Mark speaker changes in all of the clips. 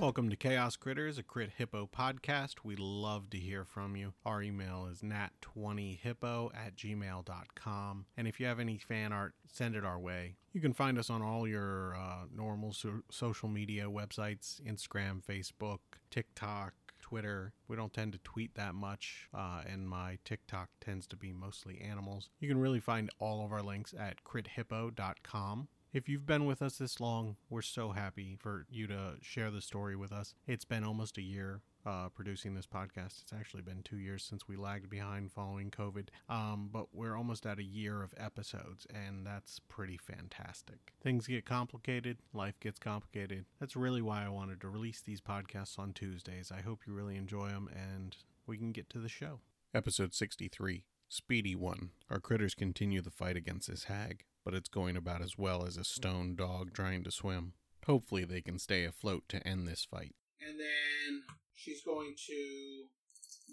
Speaker 1: Welcome to Chaos Critters, a Crit Hippo podcast. We love to hear from you. Our email is nat20hippo at gmail.com. And if you have any fan art, send it our way. You can find us on all your uh, normal so- social media websites Instagram, Facebook, TikTok, Twitter. We don't tend to tweet that much, uh, and my TikTok tends to be mostly animals. You can really find all of our links at crithippo.com. If you've been with us this long, we're so happy for you to share the story with us. It's been almost a year uh, producing this podcast. It's actually been two years since we lagged behind following COVID, um, but we're almost at a year of episodes, and that's pretty fantastic. Things get complicated, life gets complicated. That's really why I wanted to release these podcasts on Tuesdays. I hope you really enjoy them, and we can get to the show. Episode 63 Speedy One. Our critters continue the fight against this hag, but it's going about as well as a stone dog trying to swim. Hopefully, they can stay afloat to end this fight. And then she's going to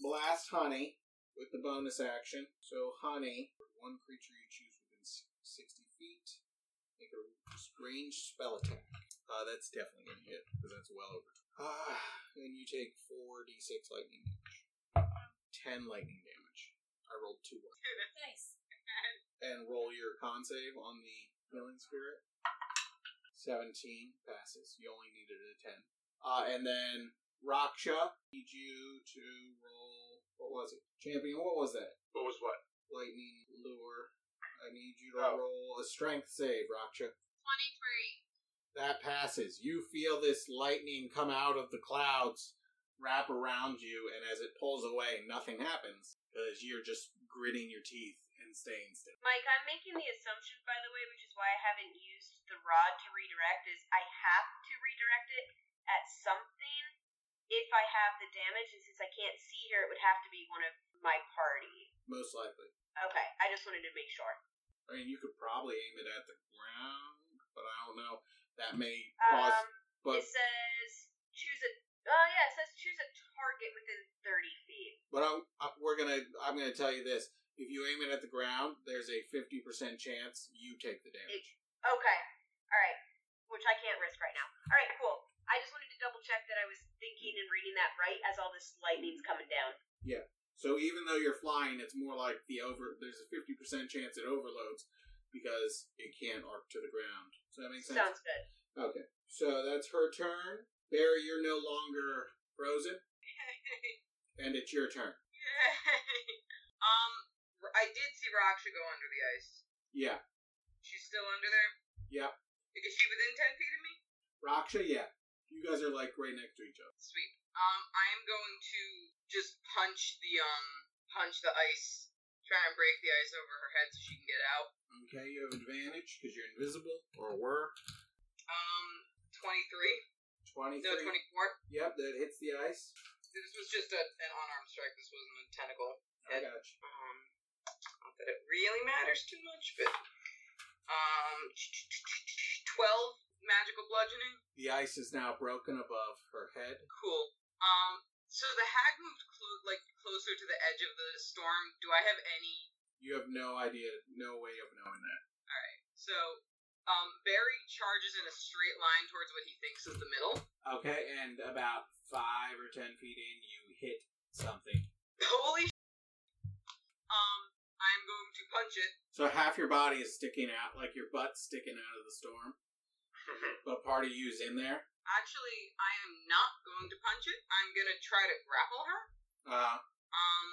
Speaker 1: blast Honey with the bonus action. So, Honey, one creature you choose within s- 60 feet, make a ranged spell attack. Uh, that's definitely going to hit, because that's well over. Uh, and you take 4d6 lightning damage, 10 lightning damage. I rolled two ones.
Speaker 2: Nice.
Speaker 1: and roll your con save on the healing spirit. 17 passes. You only needed a 10. Uh, and then Raksha, need you to roll. What was it? Champion, what was that?
Speaker 3: What was what?
Speaker 1: Lightning lure. I need you to
Speaker 3: Oh.
Speaker 1: roll a strength save, Raksha.
Speaker 2: 23.
Speaker 1: That passes. You feel this lightning come out of the clouds, wrap around you, and as it pulls away, nothing happens because you're just gritting your teeth and staying still.
Speaker 4: Mike, I'm making the assumption, by the way, which is why I haven't used the rod to redirect, is I have to redirect it at something if I have the damage, and since I can't see here, it would have to be one of my party.
Speaker 1: Most likely.
Speaker 4: Okay, I just wanted to make sure.
Speaker 1: I mean, you could probably aim it at the ground, but I don't know. That may cause.
Speaker 4: Um,
Speaker 1: but
Speaker 4: it says choose a. Oh yeah, it says choose a target within 30 feet.
Speaker 1: but I'm, I, we're gonna. I'm gonna tell you this: if you aim it at the ground, there's a fifty percent chance you take the damage.
Speaker 4: It, okay, all right, which I can't risk right now. All right, cool. I just wanted to double check that I was thinking and reading that right as all this lightning's coming down.
Speaker 1: So even though you're flying, it's more like the over. There's a fifty percent chance it overloads because it can't arc to the ground. Does that make sense?
Speaker 4: Sounds good.
Speaker 1: Okay. So that's her turn. Barry, you're no longer frozen, and it's your turn.
Speaker 2: Yay. um, I did see Raksha go under the ice.
Speaker 1: Yeah.
Speaker 2: She's still under there?
Speaker 1: Yeah.
Speaker 2: Is she within 10 feet of me?
Speaker 1: Raksha, yeah. You guys are like right next to each other.
Speaker 2: Sweet. Um, I am going to just punch the, um, punch the ice. Try and break the ice over her head so she can get out.
Speaker 1: Okay, you have advantage because you're invisible or were.
Speaker 2: Um,
Speaker 1: 23.
Speaker 2: 23? No, 24.
Speaker 1: Yep, that hits the ice.
Speaker 2: This was just a, an unarmed strike. This wasn't a tentacle.
Speaker 1: I
Speaker 2: Yep.
Speaker 1: got you.
Speaker 2: Um, not that it really matters too much, but um, twelve magical bludgeoning.
Speaker 1: The ice is now broken above her head.
Speaker 2: Cool. Um, so the hag moved clo- like closer to the edge of the storm. Do I have any?
Speaker 1: You have no idea, no way of knowing that.
Speaker 2: All right. So, um, Barry charges in a straight line towards what he thinks is the middle.
Speaker 1: Okay, and about five or ten feet in, you hit something.
Speaker 2: Holy. Sh- um, I'm going to punch it.
Speaker 1: So half your body is sticking out, like your butt's sticking out of the storm, but part of you's in there.
Speaker 2: Actually, I am not going to punch it. I'm gonna try to grapple her.
Speaker 1: Uh,
Speaker 2: Um,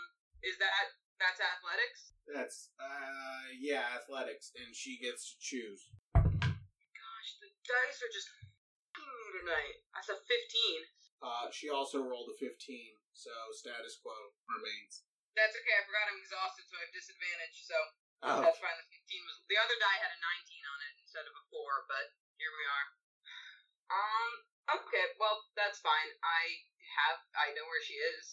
Speaker 2: is that that's athletics?
Speaker 1: that's, uh, yeah, athletics, and she gets to choose.
Speaker 2: Gosh, the dice are just f***ing me tonight. That's a fifteen.
Speaker 1: Uh, she also rolled a 15, so status quo remains.
Speaker 2: That's okay. I forgot I'm exhausted, so I have disadvantage. So
Speaker 1: Oh,
Speaker 2: that's fine. The fifteen was the other die had a nineteen on it instead of a four, but here we are. Um. Okay. Well, that's fine. I have. I know where she is.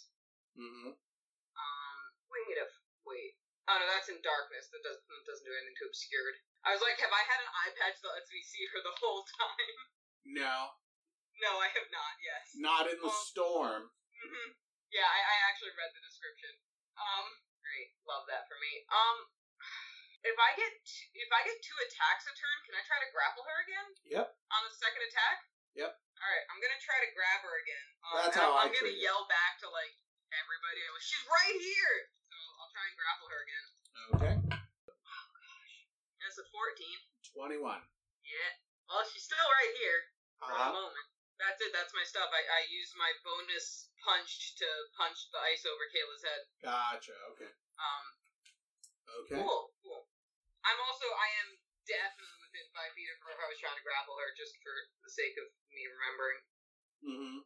Speaker 1: hmm
Speaker 2: Um. Wait a. f- Wait. Oh no, that's in darkness. That doesn't that doesn't do anything to obscured. I was like, have I had an eye patch that lets me see her the whole time?
Speaker 1: No,
Speaker 2: no, I have not. Yes.
Speaker 1: not in the
Speaker 2: Well-
Speaker 1: storm.
Speaker 2: hmm Yeah, I, I actually read the description. Um, great, love that for me. Um, if I get t- if I get two attacks a turn, can I try to grapple her again?
Speaker 1: Yep.
Speaker 2: On the second attack.
Speaker 1: Yep.
Speaker 2: All right, I'm gonna try to grab her again. Um,
Speaker 1: That's
Speaker 2: and
Speaker 1: how I
Speaker 2: I'm, I'm gonna
Speaker 1: treat it.
Speaker 2: yell back to like everybody. I'm like, she's right here. So I'll try and grapple her again.
Speaker 1: Okay,
Speaker 2: That's a 14.
Speaker 1: twenty-one.
Speaker 2: Yeah. Well, she's still right here for
Speaker 1: Uh-huh.
Speaker 2: the moment. That's it. That's my stuff. I, I used my bonus punch to punch the ice over Kayla's head.
Speaker 1: Gotcha. Okay.
Speaker 2: Um,
Speaker 1: Okay.
Speaker 2: Cool, cool. I'm also, I am definitely within five feet of her if I was trying to grapple her, just for the sake of me remembering.
Speaker 1: Mm-hmm.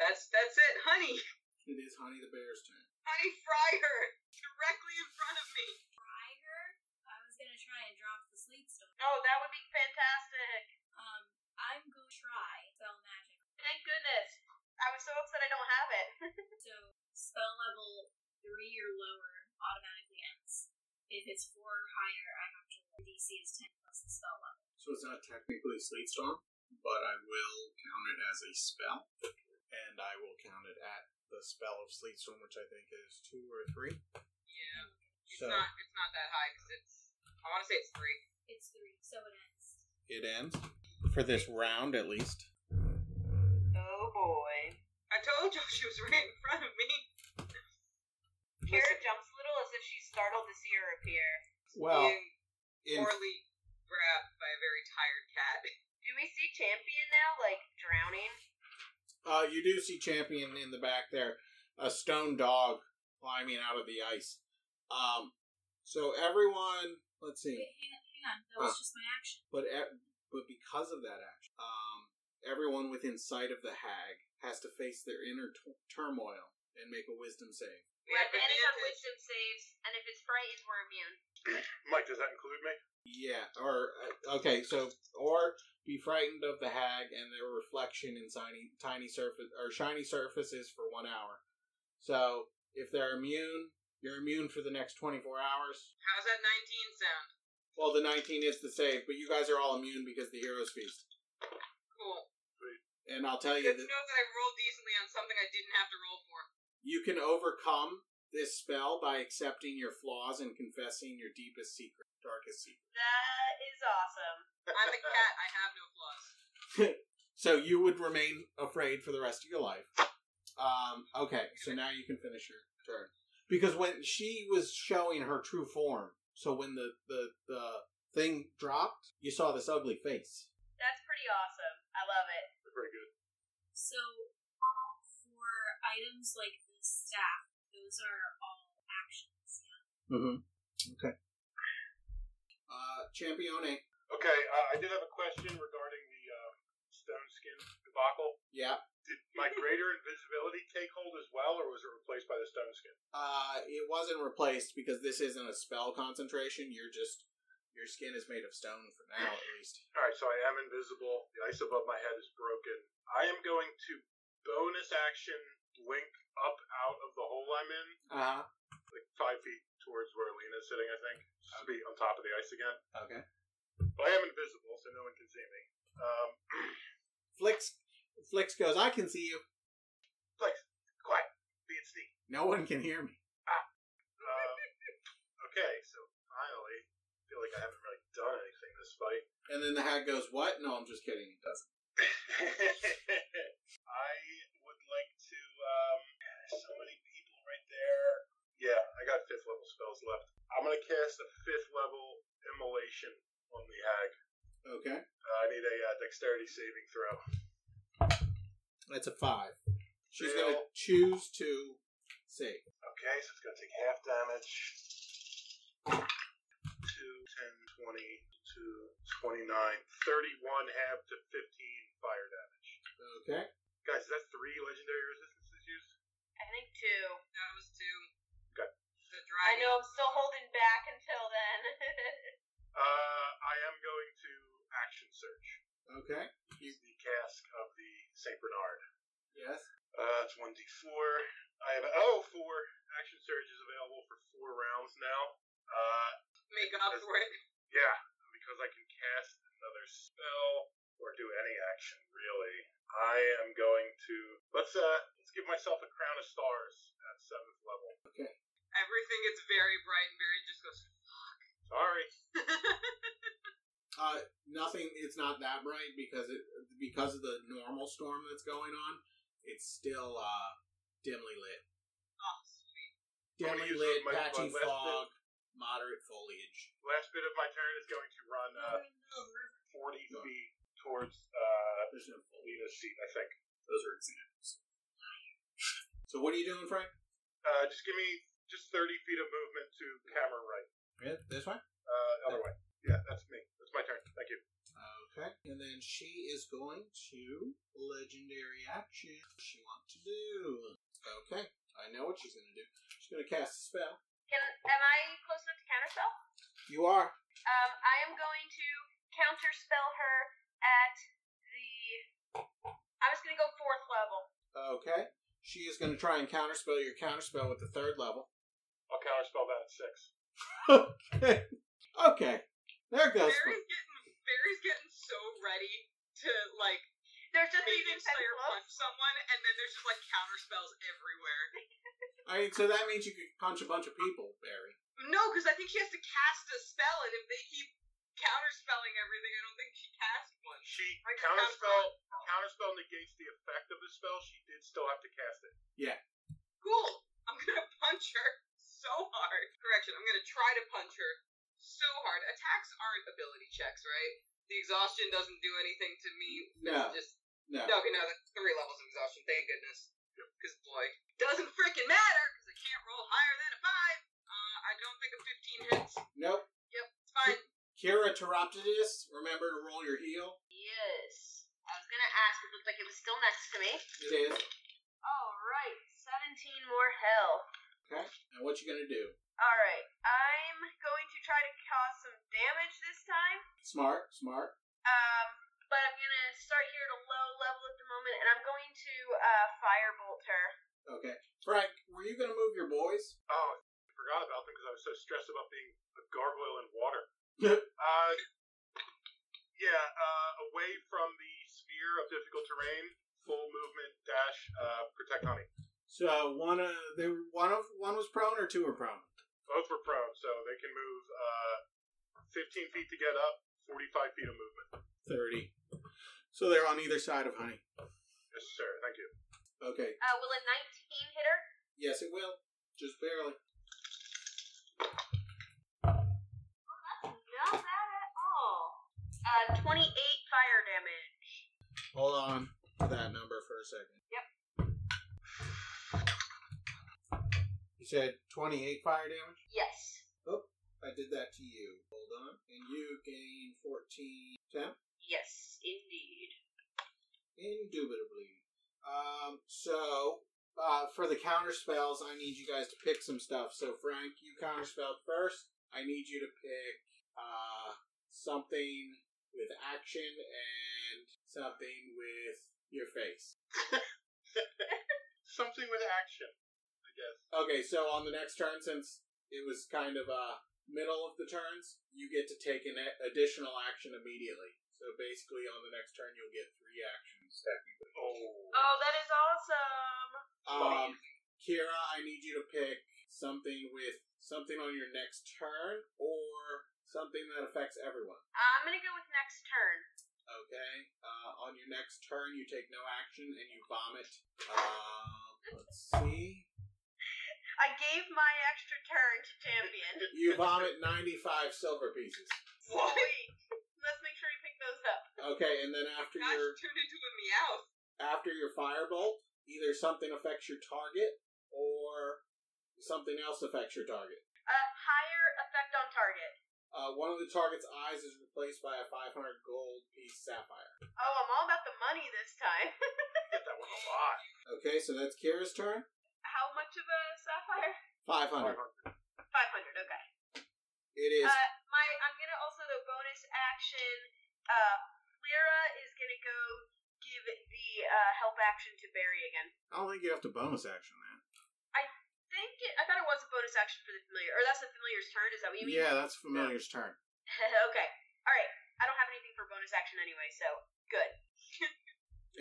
Speaker 2: That's that's it, honey.
Speaker 1: It is Honey the Bear's turn.
Speaker 2: Honey, fry her directly in front of me.
Speaker 5: Fry her. I was gonna try and drop the sleep stone.
Speaker 4: Oh, that would be fantastic.
Speaker 5: Um, I'm going to try spell magic.
Speaker 4: Thank goodness. I was so upset I don't have it.
Speaker 5: So spell level three or lower automatically ends. If it's four or higher, I have to roll. DC is ten plus the spell level.
Speaker 1: So it's not technically a sleet storm, but I will count it as a spell, and I will count it at the spell of sleet storm, which I think is two or three.
Speaker 2: Yeah, it's
Speaker 1: So
Speaker 2: not it's not that high because it's. I want to say it's three.
Speaker 5: It's three, so it ends.
Speaker 6: It ends for this round, at least.
Speaker 4: Oh boy.
Speaker 2: I told you she was right in front of me.
Speaker 4: Kira jumps a little as if she's startled to see her appear.
Speaker 1: well,
Speaker 2: Being
Speaker 1: in,
Speaker 2: poorly grabbed by a very tired cat.
Speaker 4: Do we see Champion now, like drowning?
Speaker 1: uh, you do see Champion in the back there, a stone dog climbing out of the ice. Um, so everyone, let's see,
Speaker 5: Wait, hang on, hang on. That was just my action.
Speaker 1: but e- but because of that action, um, everyone within sight of the hag has to face their inner t- turmoil and make a wisdom save.
Speaker 2: We have advantage.
Speaker 4: wisdom saves, and if it's frightened, we're immune.
Speaker 7: Mike, does that include me?
Speaker 1: Yeah, or uh, okay, so or be frightened of the hag and their reflection in tiny tiny surface or shiny surfaces for one hour. So if they're immune, you're immune for the next twenty four hours.
Speaker 2: How's that 19 sound?
Speaker 1: Well, the nineteen is the save, but you guys are all immune because the heroes feast.
Speaker 2: Cool.
Speaker 1: And I'll tell you that
Speaker 2: Good to know that I rolled decently on something I didn't have to roll for.
Speaker 1: you can overcome this spell by accepting your flaws and confessing your deepest secret, darkest secret.
Speaker 4: That is awesome.
Speaker 2: I'm a cat. I have no flaws.
Speaker 1: So you would remain afraid for the rest of your life. Um, okay, so now you can finish your turn. Because when she was showing her true form, so when the, the, the thing dropped, you saw this ugly face.
Speaker 4: That's pretty awesome. I love it.
Speaker 7: Very good.
Speaker 5: So for items like the staff, those are all actions. Yeah.
Speaker 1: Mm-hmm. Okay. Uh, Champione.
Speaker 7: Okay, uh, I did have a question regarding the um, stone skin debacle.
Speaker 1: Yeah.
Speaker 7: Did my greater invisibility take hold as well, or was it replaced by the stone skin?
Speaker 1: Uh, it wasn't replaced because this isn't a spell concentration. You're just, your skin is made of stone for now, at least.
Speaker 7: All right, so I am invisible. The ice above my head is broken. I am going to bonus action blink up out of the hole I'm in,
Speaker 1: Uh-huh.
Speaker 7: like five feet towards where Lena's sitting. I think just to be on top of the ice again.
Speaker 1: Okay.
Speaker 7: But I am invisible, so no one can see me. Um,
Speaker 1: Flicks, Flicks goes, I can see you.
Speaker 7: quiet, be it sneaky.
Speaker 1: No one can hear me.
Speaker 7: Um, okay, so finally, I feel like I haven't really done anything this fight.
Speaker 1: And then the hag goes, "What? No, I'm just kidding. It doesn't."
Speaker 7: I would like to. Um, so many people right there. Yeah, I got fifth level spells left. I'm gonna cast a fifth level immolation on the hag.
Speaker 1: Okay,
Speaker 7: Uh, I need a uh, dexterity saving throw.
Speaker 1: that's a five. She's
Speaker 7: Fail.
Speaker 1: gonna choose to save.
Speaker 7: Okay, so it's gonna take half damage. 2, 10, 20, 2, 29, 31, half to 15 fire damage.
Speaker 1: Okay,
Speaker 7: Guys, is that three legendary resistances used?
Speaker 4: I think two.
Speaker 2: That was two. The
Speaker 7: Okay.
Speaker 4: I
Speaker 2: dragon.
Speaker 4: know I'm still holding back until then.
Speaker 7: Uh, I am going to action search.
Speaker 1: okay,
Speaker 7: Use the cask of the Saint Bernard.
Speaker 1: yes.
Speaker 7: Uh, it's one d4. I have oh four action surge is available for four rounds. Uh,
Speaker 2: up for it.
Speaker 7: Yeah, because I can cast another spell or do any action really. I am going to let's uh let's give myself a crown of stars at seventh level.
Speaker 2: Everything gets very bright, and Barry just goes.
Speaker 7: Sorry.
Speaker 1: Uh, nothing. It's not that bright because it because of the normal storm that's going on. It's still uh, dimly lit,
Speaker 2: oh, sweet.
Speaker 1: dimly
Speaker 7: use
Speaker 1: lit,
Speaker 7: my- my
Speaker 1: patchy
Speaker 7: left
Speaker 1: fog, moderate foliage.
Speaker 7: Last bit of my turn is going to run uh, forty
Speaker 1: Sure.
Speaker 7: feet towards uh
Speaker 1: There's no foliage.
Speaker 7: Lita's seat, I think.
Speaker 1: Those are examples. So what are you doing, Frank?
Speaker 7: Uh just give me just thirty feet of movement to camera right.
Speaker 1: Yeah, This way.
Speaker 7: Uh other way. Yeah, that's me. That's my turn. Thank you.
Speaker 1: Okay. And then she is going to legendary action. What She wants to do. Okay. I know what she's going to do. She's going to cast a spell.
Speaker 4: Can am I close enough to counterspell?
Speaker 1: You are.
Speaker 4: Um, I am going to counterspell her at the. I'm just gonna go fourth level.
Speaker 1: Okay. She is going to try and counterspell your counterspell with the third level.
Speaker 7: I'll counterspell that at six.
Speaker 1: Okay. There goes.
Speaker 2: Barry's getting Barry's getting so ready to like
Speaker 4: There's just
Speaker 2: maybe
Speaker 4: even
Speaker 2: slayer
Speaker 4: close.
Speaker 2: punch someone, and then there's just like counter spells everywhere.
Speaker 1: I mean, so that means you could punch a bunch of people, Barry.
Speaker 2: No, because I think she has to cast a spell, and if they keep counterspelling everything, I don't think she cast one.
Speaker 7: She
Speaker 2: Like a
Speaker 7: counterspell counterspell negates the effect of the spell. She did still have to cast it.
Speaker 2: Cool. I'm gonna punch her so hard. Correction. I'm gonna try to punch her so hard. Attacks aren't ability checks, right? The exhaustion doesn't do anything to me.
Speaker 1: No.
Speaker 2: It's just
Speaker 1: No.
Speaker 2: No, okay, no, that's three levels of exhaustion. Thank goodness. Because, boy, doesn't freaking matter because I can't roll higher than a five. Uh, I don't think a 15 hits.
Speaker 1: Nope.
Speaker 2: It's fine.
Speaker 1: Kira Teroptidus, remember to roll your heal.
Speaker 4: Yes. I was gonna ask. It looked like it was still next to me.
Speaker 1: It is.
Speaker 4: All right. Seventeen more hell.
Speaker 1: Okay. And what you going to do?
Speaker 4: All right. I'm going to try to cause some damage this time.
Speaker 1: Smart, smart.
Speaker 4: Um, but I'm gonna start here at a low level at the moment, and I'm going to uh, firebolt her.
Speaker 1: Okay. Frank, were you going to move your boys?
Speaker 7: Oh, I forgot about them because I was so stressed about being a gargoyle in water. uh, yeah, uh, away from the sphere of difficult terrain, full movement, dash, uh, protect honey.
Speaker 1: So one of they were- one of one was prone or two were prone.
Speaker 7: Both were prone, so they can move uh, 15 feet to get up, 45 feet of movement.
Speaker 1: Thirty. So they're on either side of honey.
Speaker 7: Yes, sir. Thank you.
Speaker 1: Okay.
Speaker 4: Uh, will a nineteen hit her?
Speaker 1: Yes, it will. Just barely.
Speaker 4: Not bad at all. Uh, 28 fire damage.
Speaker 1: Hold on to that number for a second. Yep. You said twenty-eight fire damage. Oh,
Speaker 4: Yes.
Speaker 1: I did that to you. Hold on, and you gain fourteen temp.
Speaker 4: Yes, indeed.
Speaker 1: Indubitably. Um. So, uh, for the counter spells, I need you guys to pick some stuff. So, Frank, you counter spelled first. I need you to pick uh something with action and something with your face.
Speaker 7: Something with action, I guess.
Speaker 1: Okay. So on the next turn, since it was kind of uh middle of the turns, you get to take an a- additional action immediately. So basically, on the next turn, you'll get three actions. Technically.
Speaker 7: Oh.
Speaker 4: Oh, that is awesome.
Speaker 1: Um, Kira, I need you to pick something with something on your next turn or something that affects everyone.
Speaker 4: Uh, I'm gonna go with next turn.
Speaker 1: Okay. Uh, on your next turn, you take no action and you vomit. Uh, let's see.
Speaker 4: I gave my extra turn to champion.
Speaker 1: You vomit ninety-five silver pieces.
Speaker 2: What?
Speaker 4: Wait, let's make sure you pick those up.
Speaker 1: Okay, and then after
Speaker 2: Now
Speaker 1: your
Speaker 2: she turned into a meowth.
Speaker 1: after your firebolt, either something affects your target or something else affects your target.
Speaker 4: Uh, higher effect on target.
Speaker 1: Uh, one of the target's eyes is replaced by a five hundred gold piece sapphire.
Speaker 4: Oh, I'm all about the money this time.
Speaker 7: That was a lot.
Speaker 1: Okay, so that's Kira's turn.
Speaker 4: How much of a sapphire?
Speaker 1: Five hundred.
Speaker 4: 500, okay.
Speaker 1: It is.
Speaker 4: Uh, my I'm gonna also the bonus action. Uh, Lyra is gonna go give the uh, help action to Barry again.
Speaker 1: I don't think you have to bonus action that.
Speaker 4: Think it, I thought it was a bonus action for the familiar. Or that's the familiar's turn. Is that what you mean?
Speaker 1: Yeah, that's familiar's turn.
Speaker 4: okay. All right. I don't have anything for bonus action anyway, so good.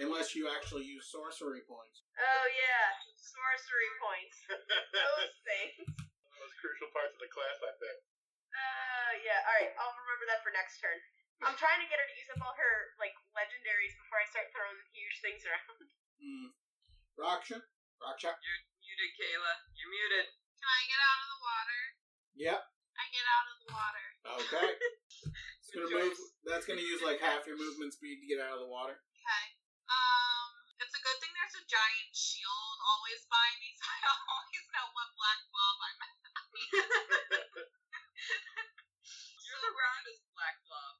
Speaker 1: Unless you actually use sorcery points.
Speaker 4: Oh yeah, sorcery points.
Speaker 7: One
Speaker 4: Those things.
Speaker 7: of those crucial parts of the class, I think.
Speaker 4: Uh, yeah. All right. I'll remember that for next turn. I'm trying to get her to use up all her like legendaries before I start throwing huge things around.
Speaker 1: Hmm. Raksha? Raksha?
Speaker 2: You're muted, Kayla. You're muted.
Speaker 5: Can I get out of the water?
Speaker 1: Yep.
Speaker 5: I get out of the water.
Speaker 1: Okay. it's gonna
Speaker 2: Good
Speaker 1: move.
Speaker 2: choice.
Speaker 1: That's gonna use like half your movement speed to get out of the water.
Speaker 5: Okay. Um, it's a good thing there's a giant shield always by me, so I always know what black blob I'm at.
Speaker 2: You're the roundest black blob.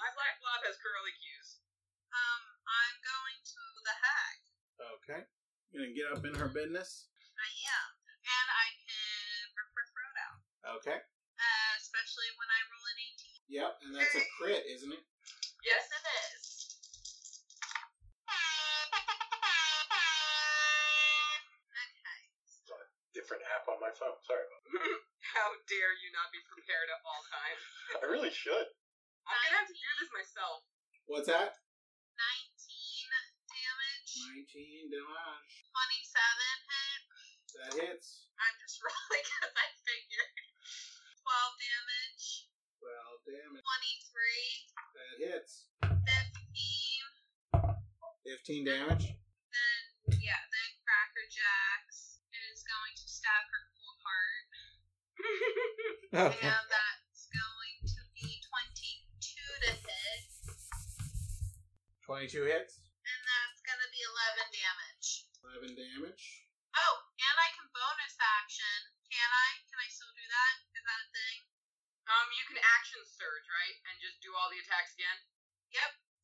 Speaker 2: My black blob has curly cues.
Speaker 5: Um, I'm going to the hack.
Speaker 1: Okay. Gonna get up in her business.
Speaker 5: I am. And I can rip her throat out.
Speaker 1: Okay.
Speaker 5: Uh, especially when I roll an 18.
Speaker 1: Yep, and that's a crit, isn't it?
Speaker 2: Yes.
Speaker 5: It is. Okay.
Speaker 7: Different app on my phone. Sorry. about
Speaker 2: How dare you not be prepared at all times?
Speaker 7: that. I really should.
Speaker 2: I'm gonna have to do this myself.
Speaker 1: What's that?
Speaker 5: 19 damage.
Speaker 1: Nineteen damage.
Speaker 5: 27 hit.
Speaker 1: That hits.
Speaker 5: I'm just rolling because I figured. 12 damage.
Speaker 1: Twelve damage.
Speaker 5: 23.
Speaker 1: That hits.
Speaker 5: 15.
Speaker 1: Fifteen damage.
Speaker 5: Then, yeah, then Cracker Jacks is going to stab her cold heart. And that's going to be 22 to hit.
Speaker 1: Twenty-two hits.
Speaker 5: And that's going to be 11 damage.
Speaker 1: Eleven damage.
Speaker 5: Oh, and I can bonus action. Can I? Can I still do that? Is that a thing?
Speaker 2: Um, you can action surge, right? And just do all the attacks again,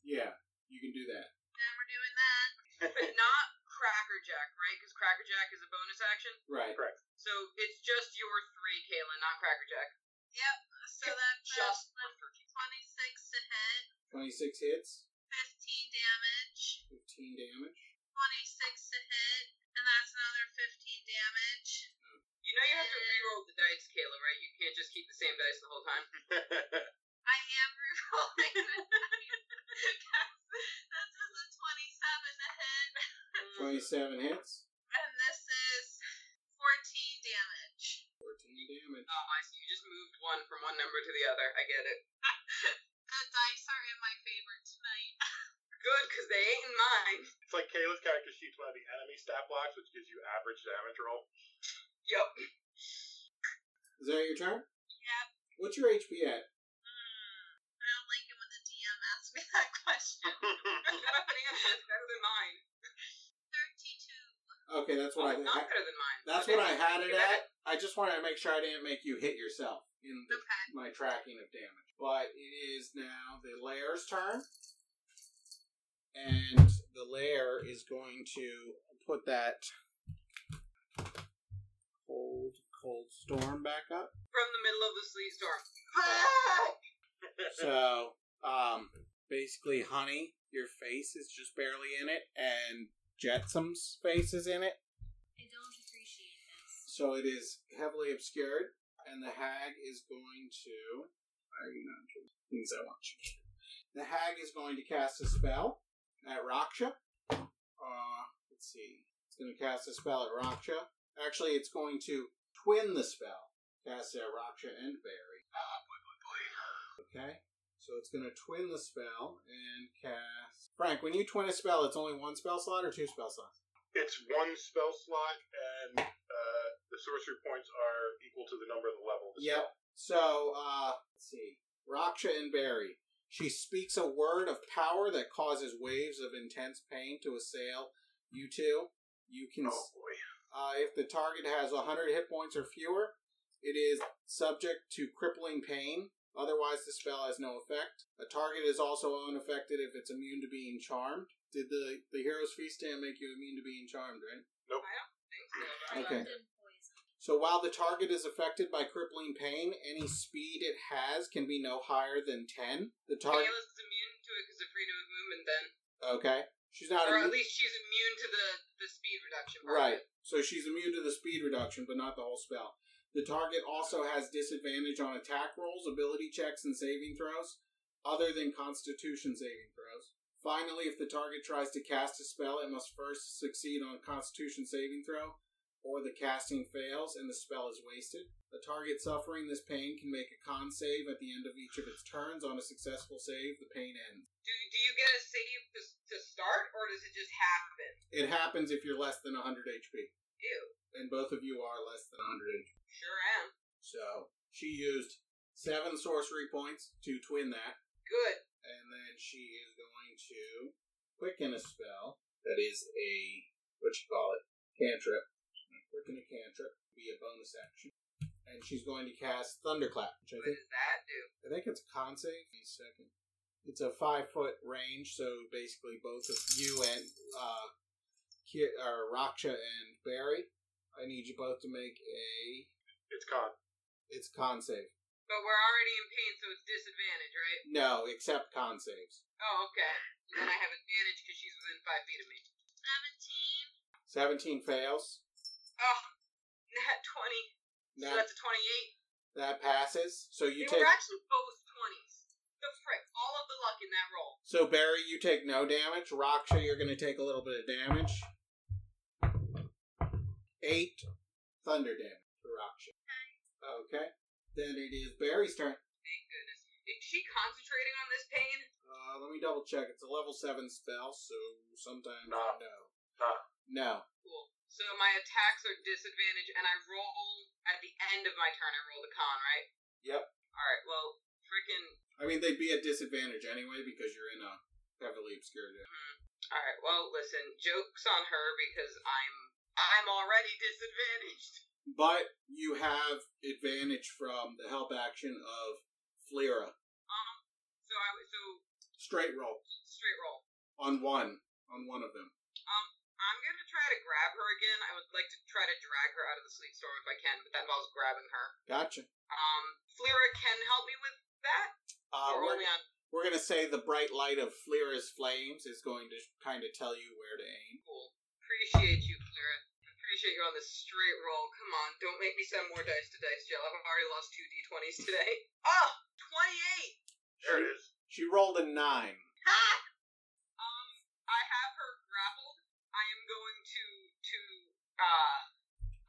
Speaker 1: Yeah, you can do that.
Speaker 5: Then we're doing that.
Speaker 2: but not crackerjack, right? Because crackerjack is a bonus action.
Speaker 1: Right.
Speaker 2: So it's just your three, Kayla, not crackerjack.
Speaker 5: So that's uh, a
Speaker 2: Just
Speaker 5: 26 to hit,
Speaker 1: Twenty-six hits.
Speaker 5: 15 damage,
Speaker 1: Fifteen damage.
Speaker 5: 26 to hit, and that's another 15 damage.
Speaker 2: You know you have to reroll the dice, Kayla, right? You can't just keep the same dice the whole time.
Speaker 5: I am rerolling the dice. 'cause this is a 27 to hit,
Speaker 1: Mm. Twenty-seven hits.
Speaker 5: and this is 14 damage.
Speaker 1: Fourteen damage.
Speaker 2: Oh, I see. You just moved one from one number to the other. I get it.
Speaker 5: The dice are in my favor tonight.
Speaker 2: Good, because they ain't in mine.
Speaker 7: It's like Kayla's character sheet's one of the enemy stat blocks, which gives you average damage roll.
Speaker 2: Yup.
Speaker 1: Is that your turn?
Speaker 5: Yep.
Speaker 1: What's your HP at?
Speaker 5: I don't like it when the DM asks me that question.
Speaker 2: That's an answer. It's better than mine.
Speaker 5: 32.
Speaker 1: Okay, that's what I.
Speaker 2: It's not better than mine.
Speaker 1: That's what I had it at. I just wanted to make sure I didn't make you hit yourself in the,
Speaker 5: Okay.
Speaker 1: my tracking of damage. But it is now the lair's turn. And the lair is going to put that cold, cold storm back up.
Speaker 2: From the middle of the sleet storm.
Speaker 1: So, um, basically, honey, your face is just barely in it, and Jetsum's face is in it.
Speaker 5: I don't appreciate this.
Speaker 1: So it is heavily obscured, and the hag is going to. Why are you not doing things I want you to do? The hag is going to cast a spell at Raksha. Uh, let's see. It's going to cast a spell at Raksha. Actually, it's going to twin the spell. Cast it at Raksha and Barry. Okay? So it's going to twin the spell and cast. Frank, when you twin a spell, it's only one spell slot or two spell slots?
Speaker 7: It's one spell slot, and uh, the sorcery points are equal to the number of the level. of the
Speaker 1: Yep. So, uh, let's see. Raksha and Barry. She speaks a word of power that causes waves of intense pain to assail you two. You can,
Speaker 7: spell. Oh boy.
Speaker 1: uh, if the target has 100 hit points or fewer, it is subject to crippling pain. Otherwise, the spell has no effect. A target is also unaffected if it's immune to being charmed. Did the the hero's feast stand make you immune to being charmed? Right.
Speaker 2: Thanks,
Speaker 1: Okay.
Speaker 5: I loved in poison.
Speaker 1: So while the target is affected by crippling pain, any speed it has can be no higher than 10. The
Speaker 2: Kayla.
Speaker 1: target.
Speaker 2: Kayla's is immune to it because of freedom of movement then.
Speaker 1: Okay. She's not
Speaker 2: Or at
Speaker 1: immune.
Speaker 2: least she's immune to the, the speed reduction part. of
Speaker 1: Right.
Speaker 2: it.
Speaker 1: So she's immune to the speed reduction, but not the whole spell. The target also has disadvantage on attack rolls, ability checks, and saving throws, other than constitution saving throws. Finally, if the target tries to cast a spell, it must first succeed on a constitution saving throw, or the casting fails and the spell is wasted. The target suffering this pain can make a con save at the end of each of its turns. On a successful save, the pain ends.
Speaker 2: Do do you get a save to, to start, or does it just happen?
Speaker 1: It happens if you're less than 100 HP,
Speaker 2: Ew,
Speaker 1: and both of you are less than 100 HP.
Speaker 2: sure am.
Speaker 1: So she used seven sorcery points to twin that,
Speaker 2: Good.
Speaker 1: and then she is going to quicken a spell that is a what you call it cantrip. Quicken a cantrip be a bonus action, and she's going to cast thunderclap, which I
Speaker 2: What
Speaker 1: think
Speaker 2: does that do?
Speaker 1: I think it's a con save. Wait a second. It's a five foot range, so basically both of you and uh, Ki- or Raksha and Barry, I need you both to make a
Speaker 7: It's con.
Speaker 1: it's con save.
Speaker 2: But we're already in pain, so it's disadvantage, right?
Speaker 1: No, except con saves.
Speaker 2: Oh, okay. Then I have advantage because she's within five feet of me.
Speaker 1: 17
Speaker 4: 17.
Speaker 1: fails.
Speaker 2: Oh, nat twenty. So
Speaker 1: That,
Speaker 2: that's a twenty-eight.
Speaker 1: that passes. So you
Speaker 2: They
Speaker 1: take
Speaker 2: were actually both twenties. The frick! All of the luck in that roll.
Speaker 1: so Barry, you take no damage. Raksha, you're going to take a little bit of damage. Eight thunder damage to Raksha. Okay. Then it is Barry's turn.
Speaker 2: Thank goodness. Is she concentrating on this pain?
Speaker 1: Uh, let me double check. It's a level seven spell, so sometimes
Speaker 7: Nah.
Speaker 1: no,
Speaker 7: Nah.
Speaker 1: no.
Speaker 2: Cool. So my attacks are disadvantage, and I roll at the end of my turn. I roll the con, right?
Speaker 1: Yep.
Speaker 2: All right. Well, freaking.
Speaker 1: I mean, they'd be at disadvantage anyway because you're in a heavily obscured area.
Speaker 2: All right. Well, listen. Jokes on her because I'm I'm already disadvantaged.
Speaker 1: But you have advantage from the help action of Fleera.
Speaker 2: Um. So I w- so
Speaker 1: Straight roll
Speaker 2: straight roll.
Speaker 1: on one, on one of them.
Speaker 2: I'm gonna try to grab her again. I would like to try to drag her out of the sleep storm if I can, but that involves grabbing her.
Speaker 1: Gotcha.
Speaker 2: Um, Flira can help me with that.
Speaker 1: Uh,
Speaker 2: or
Speaker 1: we're,
Speaker 2: only on
Speaker 1: we're gonna say the bright light of Fleera's flames is going to kind of tell you where to aim.
Speaker 2: cool. Appreciate you, Flira. Appreciate you on this straight roll. Come on, don't make me send more dice to dice jail. I've already lost two d20s today. Oh, 28!
Speaker 7: There it is.
Speaker 1: She rolled a nine.
Speaker 2: Ha! Um, I have her grappled. I am going to to uh,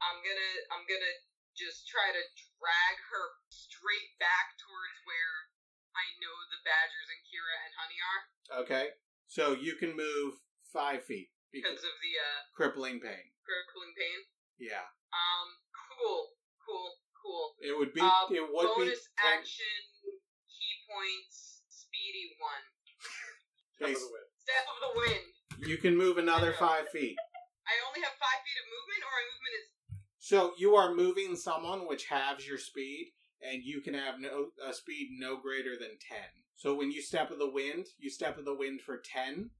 Speaker 2: I'm gonna I'm gonna just try to drag her straight back towards where I know the Badgers and Kira and Honey are
Speaker 1: Okay, so you can move five feet because
Speaker 2: because of the uh
Speaker 1: crippling pain.
Speaker 2: crippling pain.
Speaker 1: Yeah,
Speaker 2: Um, cool, cool, cool.
Speaker 1: it would be.
Speaker 2: Uh,
Speaker 1: it would
Speaker 2: Bonus
Speaker 1: be ten-
Speaker 2: action, key points, speedy one.
Speaker 7: Step
Speaker 1: Okay,
Speaker 7: of the wind.
Speaker 2: Step of the wind.
Speaker 1: You can move another five feet.
Speaker 2: I only have five feet of movement, or my movement is
Speaker 1: So you are moving someone which halves your speed, and you can have no a speed no greater than ten. So when you step of the wind, you step of the wind for ten,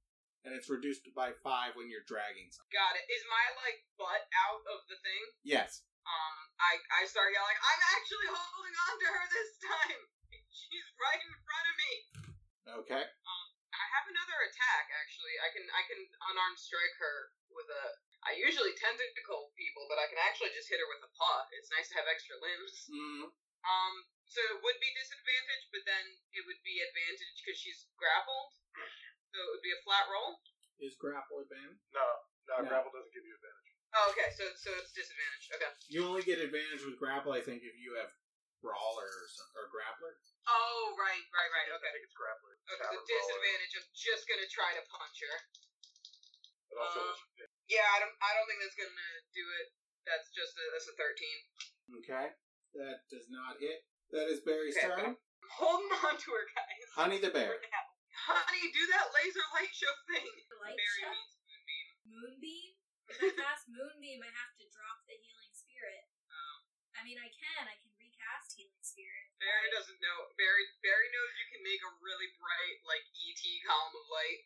Speaker 1: and it's reduced by five when you're dragging someone.
Speaker 2: got it. Is my like butt out of the thing?
Speaker 1: Yes.
Speaker 2: Um, I I start yelling. I'm actually holding on to her this time. She's right in front of me.
Speaker 1: Okay.
Speaker 2: I have another attack actually. I can I can unarmed strike her with a. I usually tentacle people, but I can actually just hit her with a paw. It's nice to have extra limbs.
Speaker 1: Mm,
Speaker 2: Um, so it would be disadvantage, but then it would be advantage because she's grappled. So it would be a flat roll.
Speaker 1: is grapple advantage?
Speaker 7: No, no,
Speaker 1: No.
Speaker 7: gravel doesn't give you advantage.
Speaker 2: Oh, okay. So so it's disadvantage. Okay.
Speaker 1: You only get advantage with grapple, I think, if you have brawler or, some, or grappler.
Speaker 2: Oh, right, right, right.
Speaker 7: I
Speaker 2: Okay.
Speaker 7: think it's grappling.
Speaker 2: Okay. So disadvantage. I'm just gonna try to punch her.
Speaker 7: But also,
Speaker 2: Um, Yeah, I don't. I don't think that's gonna do it. That's just a, that's a thirteen.
Speaker 1: Okay. That does not hit. That is Barry's
Speaker 2: Okay.
Speaker 1: turn.
Speaker 2: I'm holding on to her, guys.
Speaker 1: Honey the bear.
Speaker 2: For now. Honey, do that laser light show thing.
Speaker 5: Light
Speaker 2: Very
Speaker 5: show?
Speaker 2: means moonbeam.
Speaker 5: Moonbeam? If I cast Moonbeam, I have to drop the Healing Spirit. I mean, I can. I can recast Healing Spirit.
Speaker 2: Barry doesn't know. Barry Barry knows you can make a really bright like ET column of light.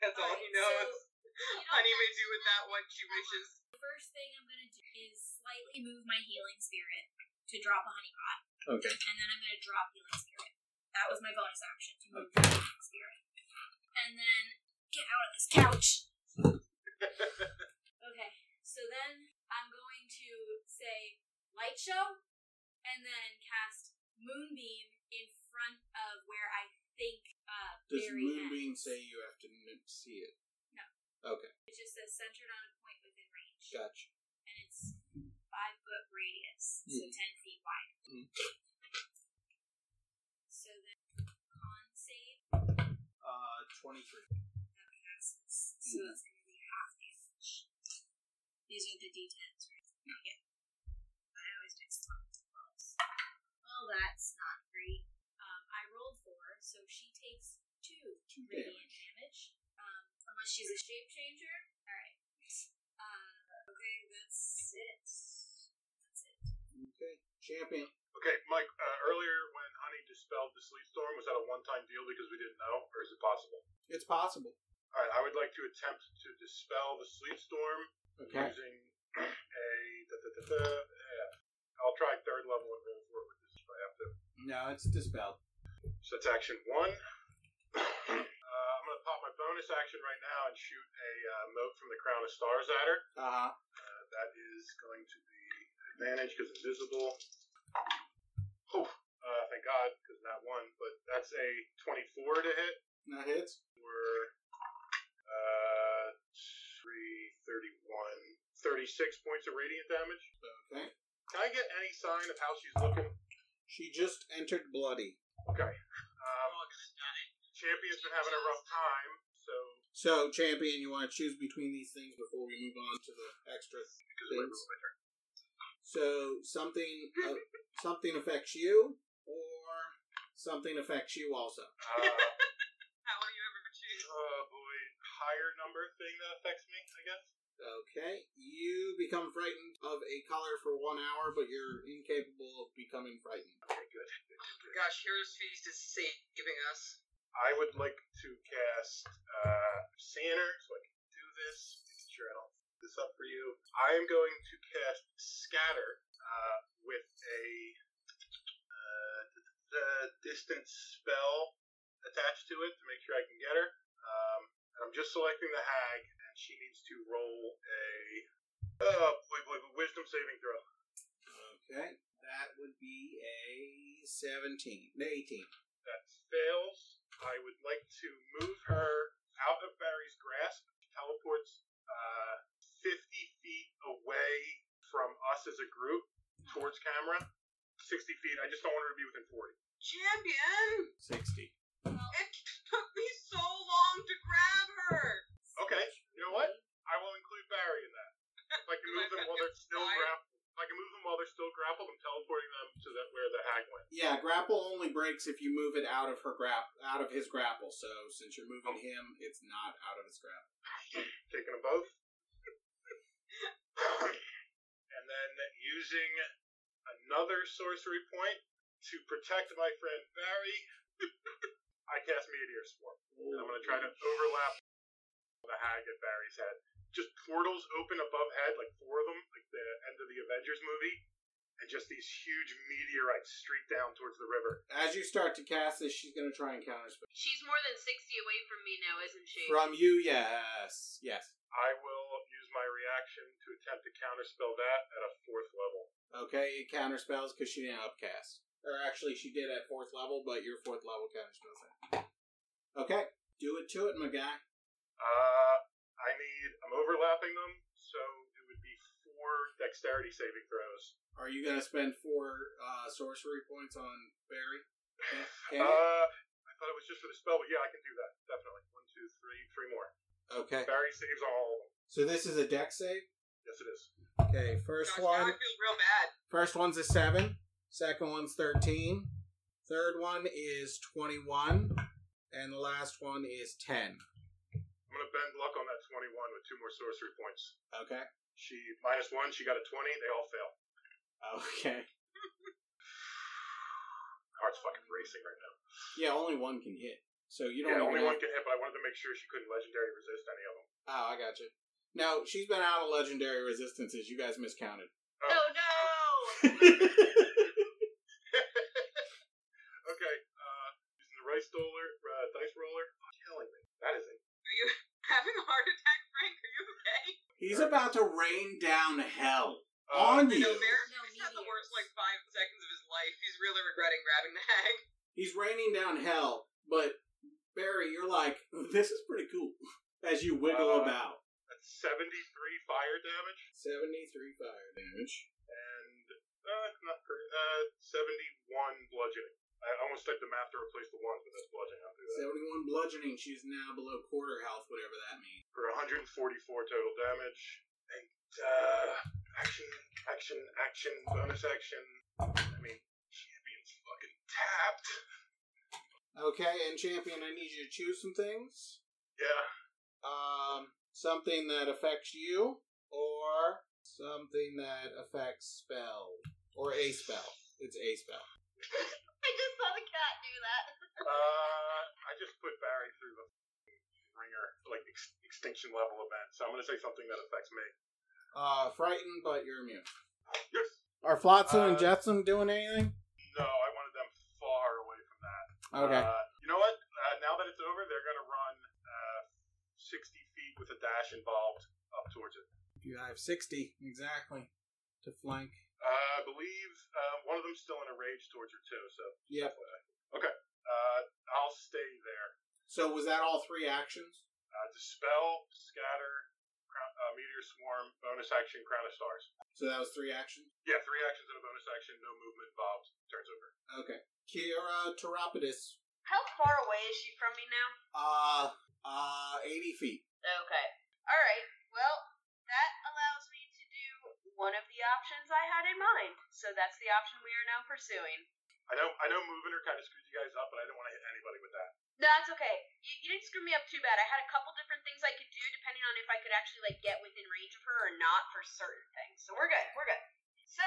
Speaker 2: That's all he
Speaker 5: Alright,
Speaker 2: knows.
Speaker 5: so- You know
Speaker 2: Honey may
Speaker 5: what?
Speaker 2: do with that what she wishes.
Speaker 5: The first thing I'm going to do is slightly move my Healing Spirit to drop a Honey Pot,
Speaker 1: Okay.
Speaker 5: and then I'm going to drop Healing Spirit. That was my bonus action to move the Healing Spirit. And then get out of this couch! okay, so then I'm going to say, Light light show, and then cast moonbeam in front of where I think uh,
Speaker 1: Does
Speaker 5: Barry
Speaker 1: Moonbeam
Speaker 5: ends.
Speaker 1: say you have to n- see it?
Speaker 5: No.
Speaker 1: Okay,
Speaker 5: It just says centered on a point within range,
Speaker 1: gotcha.
Speaker 5: and it's five foot radius, so
Speaker 1: Mm.
Speaker 5: ten feet wide.
Speaker 1: Mm.
Speaker 5: So then con save
Speaker 1: Uh, 23.
Speaker 5: passes, so that's going to be half damage. These are the d10s, right? Okay. I always do stuff with 12s. Well, that's not great. Um, I rolled four, so she takes two
Speaker 1: Two
Speaker 5: radiant damage. Um, unless she's a shape changer. Alright. Uh, okay, that's it. That's it.
Speaker 1: Okay, champion.
Speaker 7: Okay, Mike. Uh, earlier, when Honey dispelled the sleep storm, was that a one-time deal because we didn't know, or is it possible?
Speaker 1: It's possible.
Speaker 7: All right, I would like to attempt to dispel the sleep storm
Speaker 1: Okay.
Speaker 7: using a. Da, da, da, da, yeah. I'll try third level and roll for it with this if I have to.
Speaker 1: No, it's dispelled.
Speaker 7: So that's action one. Uh, I'm going to pop my bonus action right now and shoot a uh, mote from the Crown of Stars at her.
Speaker 1: Uh huh.
Speaker 7: Uh, that is going to be advantage because invisible. Oh, uh, thank God, because not one, but that's a 24 to hit
Speaker 1: That hits.
Speaker 7: or uh, 331. 36 points of radiant damage.
Speaker 1: Okay.
Speaker 7: Can I get any sign of how she's looking? Um,
Speaker 1: She just entered bloody.
Speaker 7: Okay. Um, champion's been having a rough time, so
Speaker 1: So, champion, you want to choose between these things before we move on to the extra.
Speaker 7: because of my
Speaker 1: Thanks.
Speaker 7: room,
Speaker 1: So, something uh, something affects you, or something affects you also.
Speaker 7: uh,
Speaker 2: How will you ever choose?
Speaker 7: Oh boy, higher number thing that affects me, I guess.
Speaker 1: Okay. You become frightened of a color for one hour, but you're incapable of becoming frightened.
Speaker 7: Okay, good.
Speaker 2: Gosh, Heroes Feast is saving us.
Speaker 7: I would like to cast uh, Sanner, so I can do this. Making sure I don't f- this up for you. I am going to cast Scatter uh, with a uh, d- d- uh, distance spell attached to it to make sure I can get her. Um, and I'm just selecting the hag, and she needs to roll a oh boy, boy, boy wisdom saving throw.
Speaker 1: Okay. That would be a 17. No, 18.
Speaker 7: that fails, I would like to move her out of Barry's grasp. She teleports uh, 50 feet away from us as a group towards camera. 60 feet. I just don't want her to be within 40.
Speaker 2: Champion!
Speaker 1: 60.
Speaker 2: It took me so long to grab her!
Speaker 7: Okay, you know what? I will include Barry in that. If I can move them while they're still grappled. If I can move them while they're still grappled, I'm teleporting them to that where the hag went.
Speaker 1: Yeah, grapple only breaks if you move it out of her grap out of his grapple. So since you're moving him, it's not out of his grapple.
Speaker 7: taking them both. and then using another sorcery point to protect my friend Barry, I cast Meteor Swarm. And I'm going to try to overlap the hag at Barry's head. Just portals open above head, like four of them, like the end of the Avengers movie. And just these huge meteorites streak down towards the river.
Speaker 1: As you start to cast this, she's going to try and counter spell.
Speaker 4: She's more than 60 away from me now, isn't she?
Speaker 1: From you, yes, yes.
Speaker 7: I will use my reaction to attempt to counterspell that at a fourth level.
Speaker 1: Okay, it counter spells because she didn't upcast. Or actually, she did at fourth level, but your fourth level counter spells that. Okay, do it to it, my guy.
Speaker 7: Uh, I need. I'm overlapping them, so it would be four dexterity saving throws.
Speaker 1: Are you going to spend four uh, sorcery points on Barry? Can- can you?
Speaker 7: Uh, I thought it was just for the spell, but yeah, I can do that definitely. One, two, three, three more.
Speaker 1: okay.
Speaker 7: Barry saves on all of them.
Speaker 1: So this is a deck save.
Speaker 7: Yes, it is.
Speaker 1: Okay, first
Speaker 2: Gosh, now
Speaker 1: one.
Speaker 2: I feel real bad.
Speaker 1: First one's a seven. Second one's thirteen. Third one is twenty-one, and the last one is ten.
Speaker 7: I'm gonna bend luck on that 21 with two more sorcery points.
Speaker 1: Okay.
Speaker 7: She minus one. She got a 20. They all fail.
Speaker 1: Okay.
Speaker 7: Heart's fucking racing right now.
Speaker 1: Yeah, only one can hit. So you don't. even
Speaker 7: Yeah, only
Speaker 1: have-
Speaker 7: one can hit, but I wanted to make sure she couldn't legendary resist any of them.
Speaker 1: Oh, I got you. No, she's been out of legendary resistances. You guys miscounted.
Speaker 4: No, Oh, no!
Speaker 2: Oh,
Speaker 7: Okay. Uh, using the rice roller, uh, dice roller. Killing me. That is a
Speaker 2: Are you having a heart attack, Frank? Are you okay?
Speaker 1: He's about to rain down hell.
Speaker 7: Uh, Oh,
Speaker 1: on
Speaker 2: You
Speaker 1: you.
Speaker 2: know, Bear
Speaker 5: No,
Speaker 2: he's had the
Speaker 5: meteors.
Speaker 2: worst like five seconds of his life. He's really regretting grabbing the hag.
Speaker 1: He's raining down hell, but Barry, you're like, this is pretty cool. As you wiggle
Speaker 7: Uh,
Speaker 1: about.
Speaker 7: That's 73 fire damage
Speaker 1: 73 fire damage.
Speaker 7: and uh, it's not pretty, uh, 71 bludgeoning. I almost typed the math to replace the ones, but that's bludgeoning. I'll do that.
Speaker 1: 71 bludgeoning. She's now below quarter health, whatever that means.
Speaker 7: For 144 total damage. And uh, action, action, action, bonus action. I mean, champion's fucking tapped.
Speaker 1: Okay, and champion, I need you to choose some things.
Speaker 7: Yeah.
Speaker 1: Um, something that affects you, or something that affects spell, or a spell. It's a spell.
Speaker 4: I just saw the cat do that.
Speaker 7: Uh, I just put Barry through the ringer, like ex- extinction level event. So I'm gonna say something that affects me.
Speaker 1: Uh, frightened, but you're immune.
Speaker 7: Yes.
Speaker 1: Are Flotsam and
Speaker 7: Uh,
Speaker 1: Jetsam doing anything?
Speaker 7: No, I wanted them far away from that.
Speaker 1: Okay.
Speaker 7: Uh, you know what? Uh, now that it's over, they're gonna run uh, 60 feet with a dash involved up towards it.
Speaker 1: you I have 60, exactly, to flank.
Speaker 7: Uh, I believe uh, one of them's still in a rage torture too. So
Speaker 1: Yep.
Speaker 7: uh, I'll stay there.
Speaker 1: So was that all three actions?
Speaker 7: Uh, dispel, scatter, crown, uh, meteor swarm, bonus action, crown of stars.
Speaker 1: So that was three actions?
Speaker 7: Yeah, three actions and a bonus action, no movement involved. Turns over.
Speaker 1: Okay. Kira Teropidus,
Speaker 4: How far away is she from me now?
Speaker 1: uh, uh, 80 feet.
Speaker 4: Okay. All right. Well, that allows me to do one of the options I had in mind. So that's the option we are now pursuing.
Speaker 7: I know, I know, moving her kind of screwed you guys up, but I don't want to hit anybody with that.
Speaker 4: No, that's okay. You, you didn't screw me up too bad. I had a couple different things I could do depending on if I could actually like get within range of her or not for certain things. So we're good. We're good. So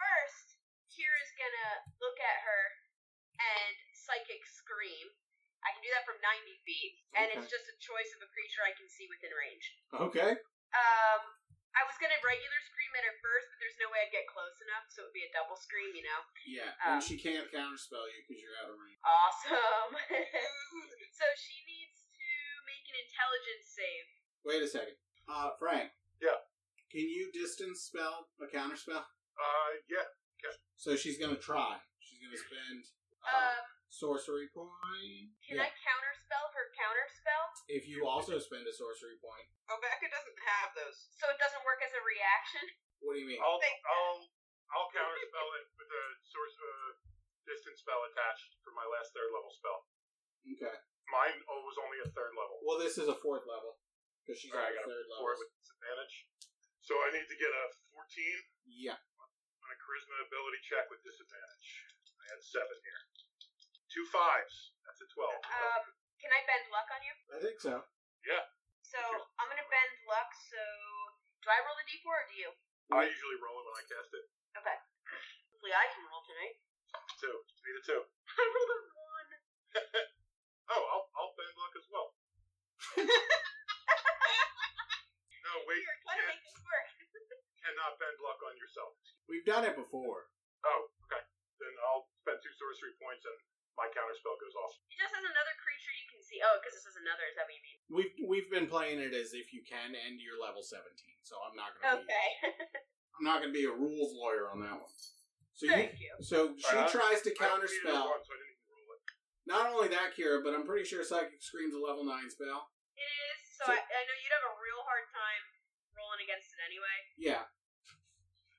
Speaker 4: first, Kira's gonna look at her and psychic scream. I can do that from 90 feet, and it's
Speaker 1: Okay.
Speaker 4: just a choice of a creature I can see within range.
Speaker 1: Okay.
Speaker 4: Um, I was gonna regular scream at her first, but there's no way I'd get close enough, so it would be a double scream, you know.
Speaker 1: Yeah, and
Speaker 4: Um,
Speaker 1: she can't counterspell you because you're out of range.
Speaker 4: Awesome. so she needs to make an intelligence save.
Speaker 1: Wait a second. Uh, Frank.
Speaker 7: Yeah.
Speaker 1: Can you distance spell a counterspell?
Speaker 7: Uh, yeah,
Speaker 1: So she's gonna try. She's gonna spend uh,
Speaker 4: Um,
Speaker 1: sorcery point.
Speaker 4: can
Speaker 1: Yeah.
Speaker 4: I counterspell her counterspell?
Speaker 1: If you also spend a sorcery point,
Speaker 2: Obeka doesn't have those.
Speaker 4: So it doesn't work as a reaction?
Speaker 1: what do you mean?
Speaker 7: I'll, I'll, I'll counterspell it with a source, uh, distance spell attached for my last third level spell.
Speaker 1: Okay.
Speaker 7: Mine oh, was only a third level.
Speaker 1: Well, this is a fourth level because she's
Speaker 7: All right, I
Speaker 1: on
Speaker 7: got
Speaker 1: the
Speaker 7: a
Speaker 1: third
Speaker 7: four
Speaker 1: level.
Speaker 7: with disadvantage. So I need to get a 14
Speaker 1: Yeah.
Speaker 7: on a charisma ability check with disadvantage. I had seven here. Two fives. That's a 12.
Speaker 4: Um, can I bend luck on you?
Speaker 1: I think so.
Speaker 4: So I'm gonna bend luck, so do I roll a d4 or do you?
Speaker 7: I usually roll it when I cast it.
Speaker 4: Okay. Hopefully I can roll tonight.
Speaker 7: Two. Need a two.
Speaker 4: I rolled a one.
Speaker 7: Oh, I'll, I'll bend luck as well. no, wait.
Speaker 4: Here, try to
Speaker 7: Can't,
Speaker 4: make this work.
Speaker 7: cannot bend luck on yourself.
Speaker 1: We've done it before.
Speaker 7: Oh, okay. Then I'll spend two sorcery points and my counterspell goes off.
Speaker 4: It just has another creature you can see. Oh, because this is another. Is that what you mean?
Speaker 1: We've we've been playing it as if you can, and you're level seventeen. So I'm not gonna. Be, I'm not gonna be a rules lawyer on that one. So you,
Speaker 4: Thank you.
Speaker 1: so she
Speaker 7: Alright,
Speaker 1: tries to
Speaker 7: I only needed a
Speaker 1: counterspell.
Speaker 7: one, so I didn't even roll it.
Speaker 1: Not only that, Kira, but I'm pretty sure Psychic Scream's a level 9 spell.
Speaker 4: It is. So,
Speaker 1: So-
Speaker 4: I, I know you'd have a real hard time rolling against it anyway.
Speaker 1: Yeah.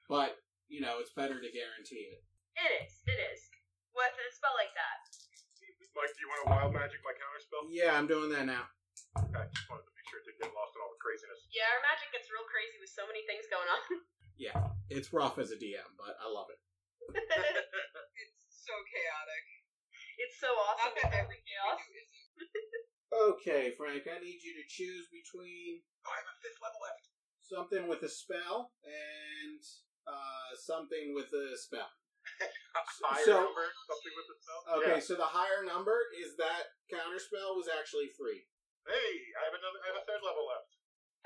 Speaker 1: But, you know, it's better to guarantee it.
Speaker 4: It is. It is. With a spell like that.
Speaker 7: Mike, do you want to wild magic my counterspell?
Speaker 1: Yeah, I'm doing that now. Mm-hmm.
Speaker 7: I just wanted to make sure it didn't get lost in all the craziness.
Speaker 4: Yeah, our magic gets real crazy with so many things going on.
Speaker 1: It's rough as a DM, but I love it.
Speaker 2: It's so chaotic.
Speaker 4: it's so awesome.
Speaker 2: Not that
Speaker 4: with
Speaker 2: everything
Speaker 4: everything
Speaker 2: we
Speaker 4: else.
Speaker 2: do is
Speaker 1: Okay, Frank, I need you to choose between
Speaker 7: Oh, I have a fifth level left.
Speaker 1: something with a spell and uh, something with a spell.
Speaker 7: Higher
Speaker 1: So-
Speaker 7: number, something with the spell.
Speaker 1: Okay,
Speaker 7: Yeah.
Speaker 1: so the higher number is that counterspell was actually free.
Speaker 7: Hey, I have another. I have a third level left.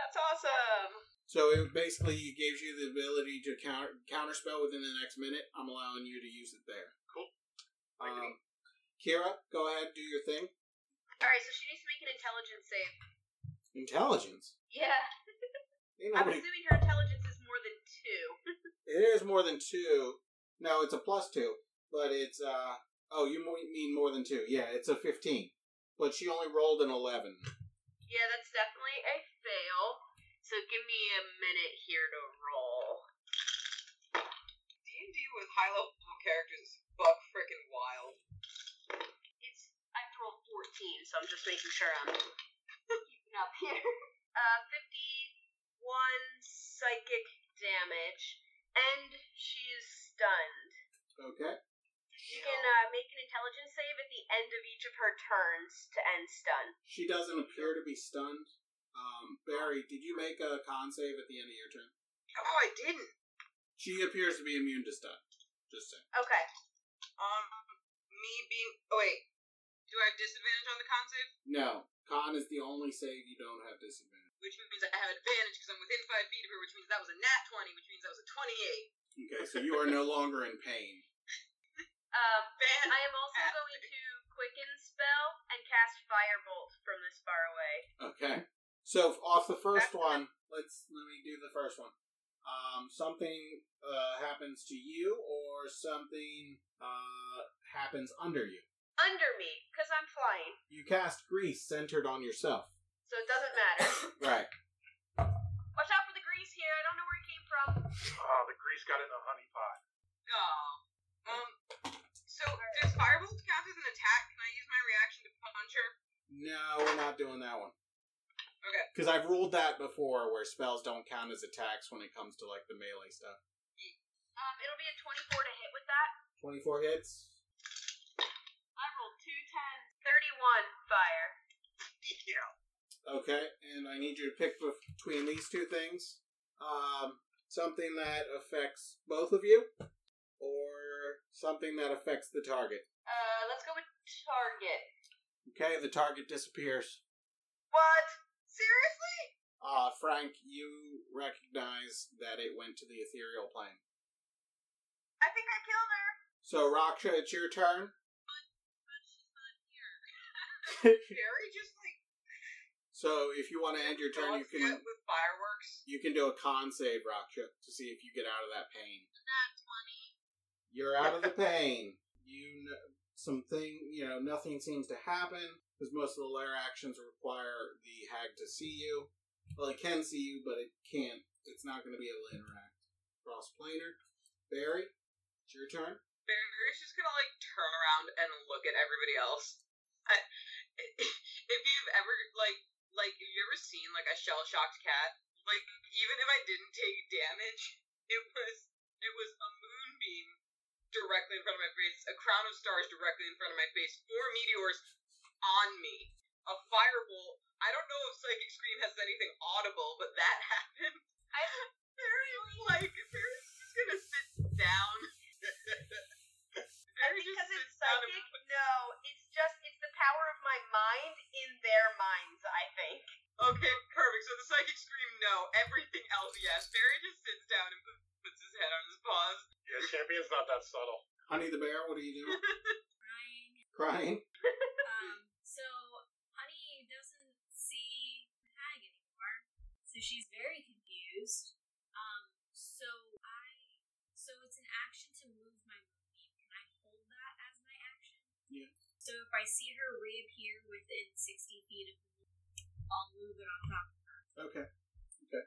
Speaker 4: That's awesome.
Speaker 1: So it basically gives you the ability to counter counterspell within the next minute. I'm allowing you to use it there.
Speaker 7: Cool.
Speaker 1: Um, Kira, go ahead, do your thing.
Speaker 4: All right, so she needs to make an intelligence save.
Speaker 1: Intelligence.
Speaker 4: Yeah.
Speaker 1: Ain't
Speaker 4: I'm
Speaker 1: nobody-
Speaker 4: assuming her intelligence is more more than two.
Speaker 1: It is more than two. No, it's a plus two, but it's uh oh, you mo- mean more than two? Yeah, it's a fifteen, but she only rolled an eleven.
Speaker 4: Yeah, that's definitely a fail. So give me a minute here to roll.
Speaker 2: D&D with high level characters is buck freaking wild.
Speaker 4: It's I rolled fourteen, so I'm just making sure I'm keeping up here. Uh, fifty-one psychic damage, and she is stunned.
Speaker 1: Okay.
Speaker 4: She can uh, make an intelligence save at the end of each of her turns to end stun.
Speaker 1: She doesn't appear to be stunned. Um, Barry, did you make a con save at the end of your turn?
Speaker 2: Oh, I didn't.
Speaker 1: She appears to be immune to stun. Just saying.
Speaker 4: Okay.
Speaker 2: Um, me being. Oh, wait. Do I have disadvantage on the con save?
Speaker 1: No, con is the only save you don't have disadvantage.
Speaker 2: Which means I have advantage because I'm within five feet of her, which means that was a nat 20, which means that was a 28.
Speaker 1: Okay, so you are no longer in pain.
Speaker 4: Um,
Speaker 2: Fan-
Speaker 4: I am also going to quicken spell and cast firebolt from this far away.
Speaker 1: Okay. So off the first one, let's let me do the first one. Um, something uh, happens to you, or something uh, happens under you.
Speaker 4: Under me, because I'm flying,
Speaker 1: You cast grease centered on yourself.
Speaker 4: so it doesn't matter.
Speaker 1: Right.
Speaker 4: Watch out for the grease here. I don't know where it came from.
Speaker 7: Ah, the grease got in the honey pot.
Speaker 2: No. Um, so does Firebolt count as an attack? Can I use my reaction to punch her?
Speaker 1: No, we're not doing that one.
Speaker 2: Okay.
Speaker 1: Because I've ruled that before, where spells don't count as attacks when it comes to like the melee stuff.
Speaker 4: Um, it'll be a 24 to hit with that.
Speaker 1: Twenty-four hits.
Speaker 4: I rolled two tens. 31 fire.
Speaker 2: Yeah.
Speaker 1: Okay, and I need you to pick bef- between these two things. Um, something that affects both of you, or something that affects the target.
Speaker 4: Uh, let's go with target.
Speaker 1: Okay, the target disappears.
Speaker 2: What? Seriously?
Speaker 1: Uh, Frank, you recognize that it went to the ethereal plane.
Speaker 4: I think I killed her.
Speaker 1: So, Raksha, it's your turn.
Speaker 2: Barry just like
Speaker 1: So, if you want to end your
Speaker 4: Oh,
Speaker 1: turn, you
Speaker 2: dogs
Speaker 1: can
Speaker 2: it with fireworks.
Speaker 1: you can do a con save, Raksha, to see if you get out of that pain. You're out of the pain. You know, something you know nothing seems to happen because most of the lair actions require the hag to see you. Well, it can see you, but it can't. It's not going to be able to interact. Cross planar, Barry, it's your turn.
Speaker 2: Barry's just gonna like turn around and look at everybody else. I, if you've ever like like have you ever seen like a shell shocked cat? Like even if I didn't take damage, it was it was a moonbeam directly in front of my face, a crown of stars directly in front of my face, four meteors on me, a firebolt. I don't know if Psychic Scream has anything audible, but that happened.
Speaker 4: I
Speaker 2: Barry's like Barry's just gonna sit down.
Speaker 4: And
Speaker 2: Barry just
Speaker 4: because it's
Speaker 2: sits down and-
Speaker 4: psychic, no, it's just it's the power of my mind in their minds. I think.
Speaker 2: Okay, perfect. So the psychic scream, no. Everything else, yes. Barry just sits down and pu- puts his head on his paws.
Speaker 7: Yeah, champion's not that subtle.
Speaker 1: Honey the bear, what are you doing?
Speaker 5: Crying.
Speaker 1: Crying.
Speaker 5: Um, so Honey doesn't see the hag anymore, so she's very confused. Um, so I, so it's an action to move my moonbeam. Can I hold that as my action?
Speaker 1: Yeah.
Speaker 5: So if I see her reappear within sixty feet of me, I'll move it on top.
Speaker 1: Okay. Okay.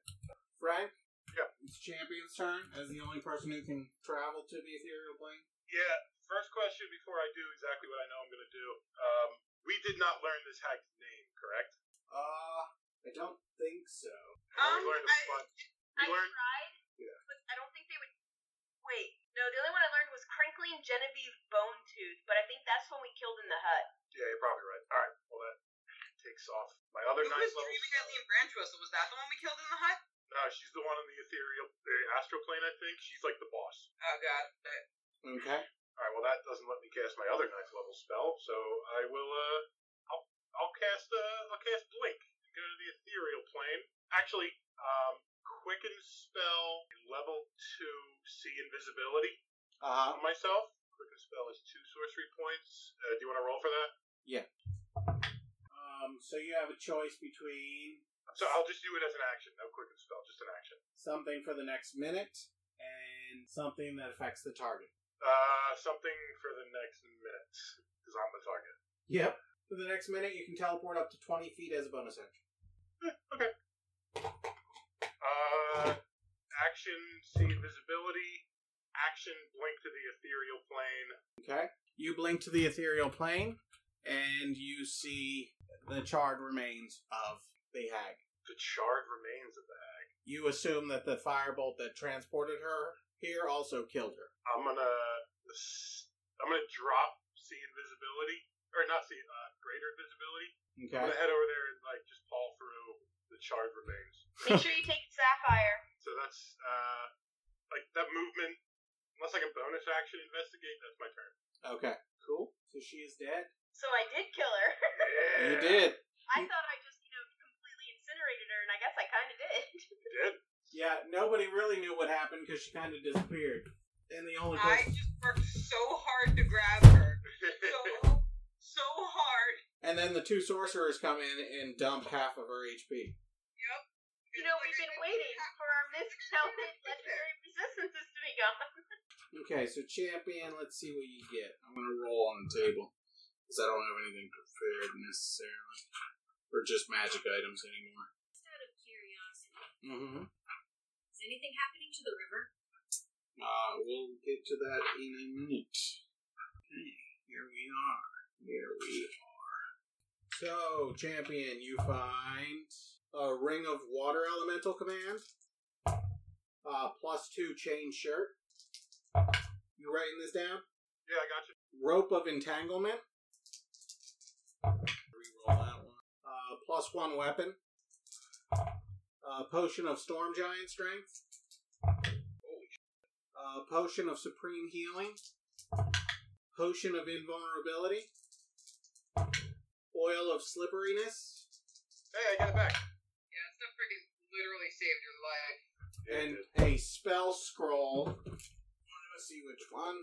Speaker 1: Frank.
Speaker 7: Yeah.
Speaker 1: It's champion's turn as the only person who can travel to the ethereal plane.
Speaker 7: Yeah, first question before I do exactly what I know I'm going to do. Um, we did not learn this hag's name, correct?
Speaker 1: Uh, I don't think so.
Speaker 7: Or
Speaker 2: Um,
Speaker 7: we learned a
Speaker 2: I-
Speaker 7: bunch. We
Speaker 4: I
Speaker 7: learned.
Speaker 4: tried,
Speaker 7: Yeah.
Speaker 4: but I don't think they would. Wait, no. The only one I learned was crinkling Genevieve bone tooth, but I think that's when we killed in the hut.
Speaker 7: Yeah, you're probably right. All right, well that takes off my other
Speaker 2: Who
Speaker 7: ninth
Speaker 2: was
Speaker 7: level.
Speaker 2: dreaming Eileen Branchwhistle? Was that the one we killed in the hut?
Speaker 7: No, Uh, she's the one on the ethereal, the astral plane. I think she's like the boss.
Speaker 2: Oh god.
Speaker 1: Okay.
Speaker 7: All right, well that doesn't let me cast my other ninth level spell, so I will. Uh, I'll, I'll cast. Uh, I'll cast blink. and Go to the ethereal plane. Actually, um, quicken spell level two. See invisibility
Speaker 1: Uh huh.
Speaker 7: on myself. Quicken spell is two sorcery points. Uh, do you want to roll for that?
Speaker 1: Um, so you have a choice between
Speaker 7: I So I'll just do it as an action, no quick and spell, just an action.
Speaker 1: something for the next minute and something that affects the target.
Speaker 7: Uh, something for the next minute, because I'm the target.
Speaker 1: Yep. For the next minute, you can teleport up to 20 feet as a bonus action.
Speaker 7: Uh, action, see invisibility. Action, blink to the ethereal plane.
Speaker 1: Okay. You blink to the ethereal plane and you see the charred remains of the hag.
Speaker 7: The charred remains of the hag.
Speaker 1: You assume that the firebolt that transported her here also killed her.
Speaker 7: I'm gonna, s- I'm gonna drop see invisibility, or not see uh, greater invisibility. I'm
Speaker 1: Okay.
Speaker 7: gonna head over there and like just paw through the charred remains.
Speaker 4: Make sure you take Sapphire.
Speaker 7: So that's uh, like that movement. Unless I can bonus action investigate, that's my turn.
Speaker 1: Okay. Cool. So she is dead.
Speaker 4: So I did kill her.
Speaker 1: You did.
Speaker 4: I thought I just, you know, completely incinerated her, and I guess I kind of did.
Speaker 7: You did.
Speaker 1: Yeah, nobody really knew what happened because she kind of disappeared. And the only
Speaker 2: I
Speaker 1: person,
Speaker 2: just worked so hard to grab her. So, so hard.
Speaker 1: and then the two sorcerers come in and dump half of her HP.
Speaker 4: You know, we've been waiting for our miscounted legendary resistances to be gone.
Speaker 1: Okay, so champion, let's see what you get. I'm gonna roll on the table because I don't have anything prepared necessarily, or just magic items anymore.
Speaker 5: Just out of curiosity,
Speaker 1: Mm-hmm.
Speaker 5: is anything happening to the river?
Speaker 1: Uh, we'll get to that in a minute. Okay, here we are. Here we are. So, champion, you find a ring of water elemental command, uh, plus two chain shirt. You writing this down?
Speaker 7: Yeah, I got you.
Speaker 1: Rope of Entanglement. Reroll that one. Uh, plus one weapon. Uh, Potion of Storm Giant Strength. Uh, Potion of Supreme Healing. Potion of Invulnerability. Oil of Slipperiness.
Speaker 7: Hey, I got it back.
Speaker 2: Yeah, that stuff freaking literally saved your life.
Speaker 7: Yeah,
Speaker 1: and
Speaker 7: it did.
Speaker 1: a spell scroll. Let's see which one.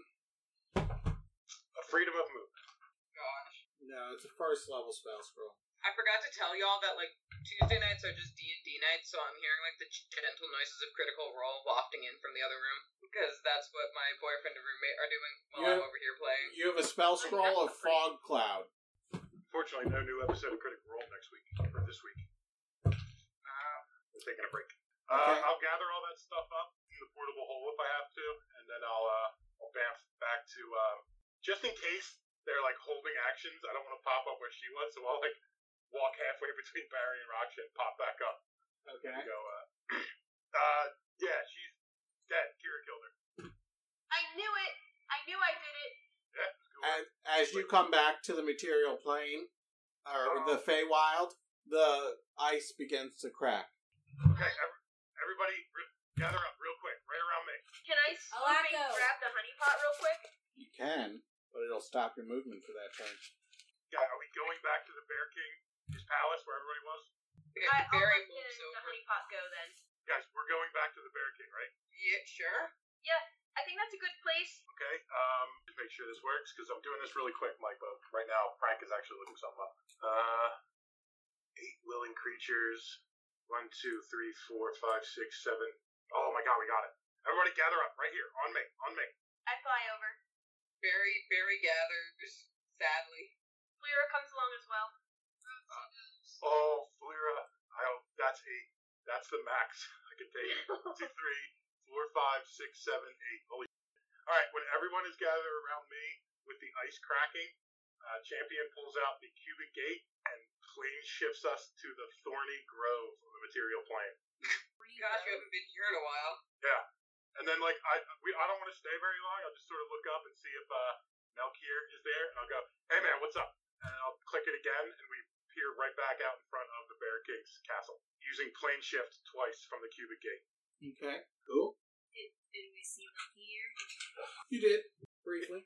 Speaker 7: a freedom of movement.
Speaker 2: Gosh.
Speaker 1: No, it's a first level spell scroll.
Speaker 2: I forgot to tell y'all that like Tuesday nights are just D and D nights, so I'm hearing like the gentle noises of Critical Role wafting in from the other room because that's what my boyfriend and roommate are doing while I'm
Speaker 1: Yeah.
Speaker 2: over here playing.
Speaker 1: You have a spell scroll of Fog Cloud.
Speaker 7: Fortunately, no new episode of Critical Role next week or this week. We're taking a break.
Speaker 1: Okay.
Speaker 7: Uh, I'll gather all that stuff up in the portable hole if I have to, and then I'll uh, I'll bamf back to um, just in case they're like holding actions. I don't want to pop up where she was, so I'll like walk halfway between Barry and Raksha and pop back up.
Speaker 1: Okay.
Speaker 7: And go, uh, uh, yeah, she's dead. Kira killed her.
Speaker 4: I knew it. I knew I did it.
Speaker 7: Yeah, cool.
Speaker 1: as, as you come back to the material plane
Speaker 7: Uh-huh.
Speaker 1: or the Feywild, the ice begins to crack.
Speaker 7: okay, ev- everybody, re- gather up real quick, right around me.
Speaker 4: Can I swoop and
Speaker 5: Alaco.
Speaker 4: grab the honey pot real quick?
Speaker 1: You can, but it'll stop your movement for that turn.
Speaker 7: Yeah, are we going back to the Bear King, his palace, where everybody was?
Speaker 2: We got
Speaker 4: I, I'll
Speaker 2: very
Speaker 4: let the,
Speaker 2: wolves
Speaker 4: the
Speaker 2: over.
Speaker 4: honey pot go then.
Speaker 7: Guys, we're going back to the Bear King, right?
Speaker 2: Yeah, sure.
Speaker 4: I think that's a good place.
Speaker 7: Okay. Um, to make sure this works, because I'm doing this really quick, Mike. But right now, Frank is actually looking something up. Uh, eight willing creatures. One, two, three, four, five, six, seven. Oh my God, we got it! Everybody, gather up right here on me, on me.
Speaker 4: I fly over.
Speaker 2: Barry Barry gathers sadly.
Speaker 4: Lyra comes along as well.
Speaker 7: Oh, Flira. I hope that's eight. That's the max I can take. One, two, three, four, five, six, seven, eight. Holy. All right. When everyone is gathered around me with the ice cracking, uh, Champion pulls out the cubic gate and plane shifts us to the thorny grove on the material plane.
Speaker 2: Gosh, we haven't been here in a while.
Speaker 7: And then, like, I we I don't want to stay very long. I'll just sort of look up and see if uh, Melkier is there, and I'll go, "Hey, man, what's up?" And I'll click it again, and we peer right back out in front of the Bear King's castle using plane shift twice from the cubic gate.
Speaker 1: Okay, cool.
Speaker 5: Did, did we see them here?
Speaker 1: You did, briefly.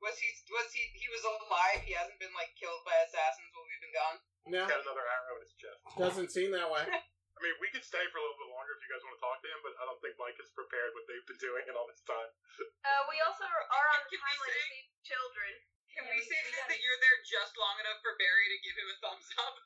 Speaker 2: Was he was he he was alive? He hasn't been like killed by assassins while we've been gone.
Speaker 1: No,
Speaker 7: Got another arrow in his chest.
Speaker 1: doesn't seem that way.
Speaker 7: I mean, we could stay for a little bit longer if you guys want to talk to him, but I don't think Mike is prepared what they've been doing in all this time.
Speaker 4: Uh, we also are on the
Speaker 2: Can we
Speaker 4: timeline to
Speaker 2: say-
Speaker 4: save children.
Speaker 2: Can we
Speaker 5: Yeah, we-
Speaker 2: say
Speaker 5: we
Speaker 2: that,
Speaker 5: gotta-
Speaker 2: that you're there just long enough for Barry to give him a thumbs up?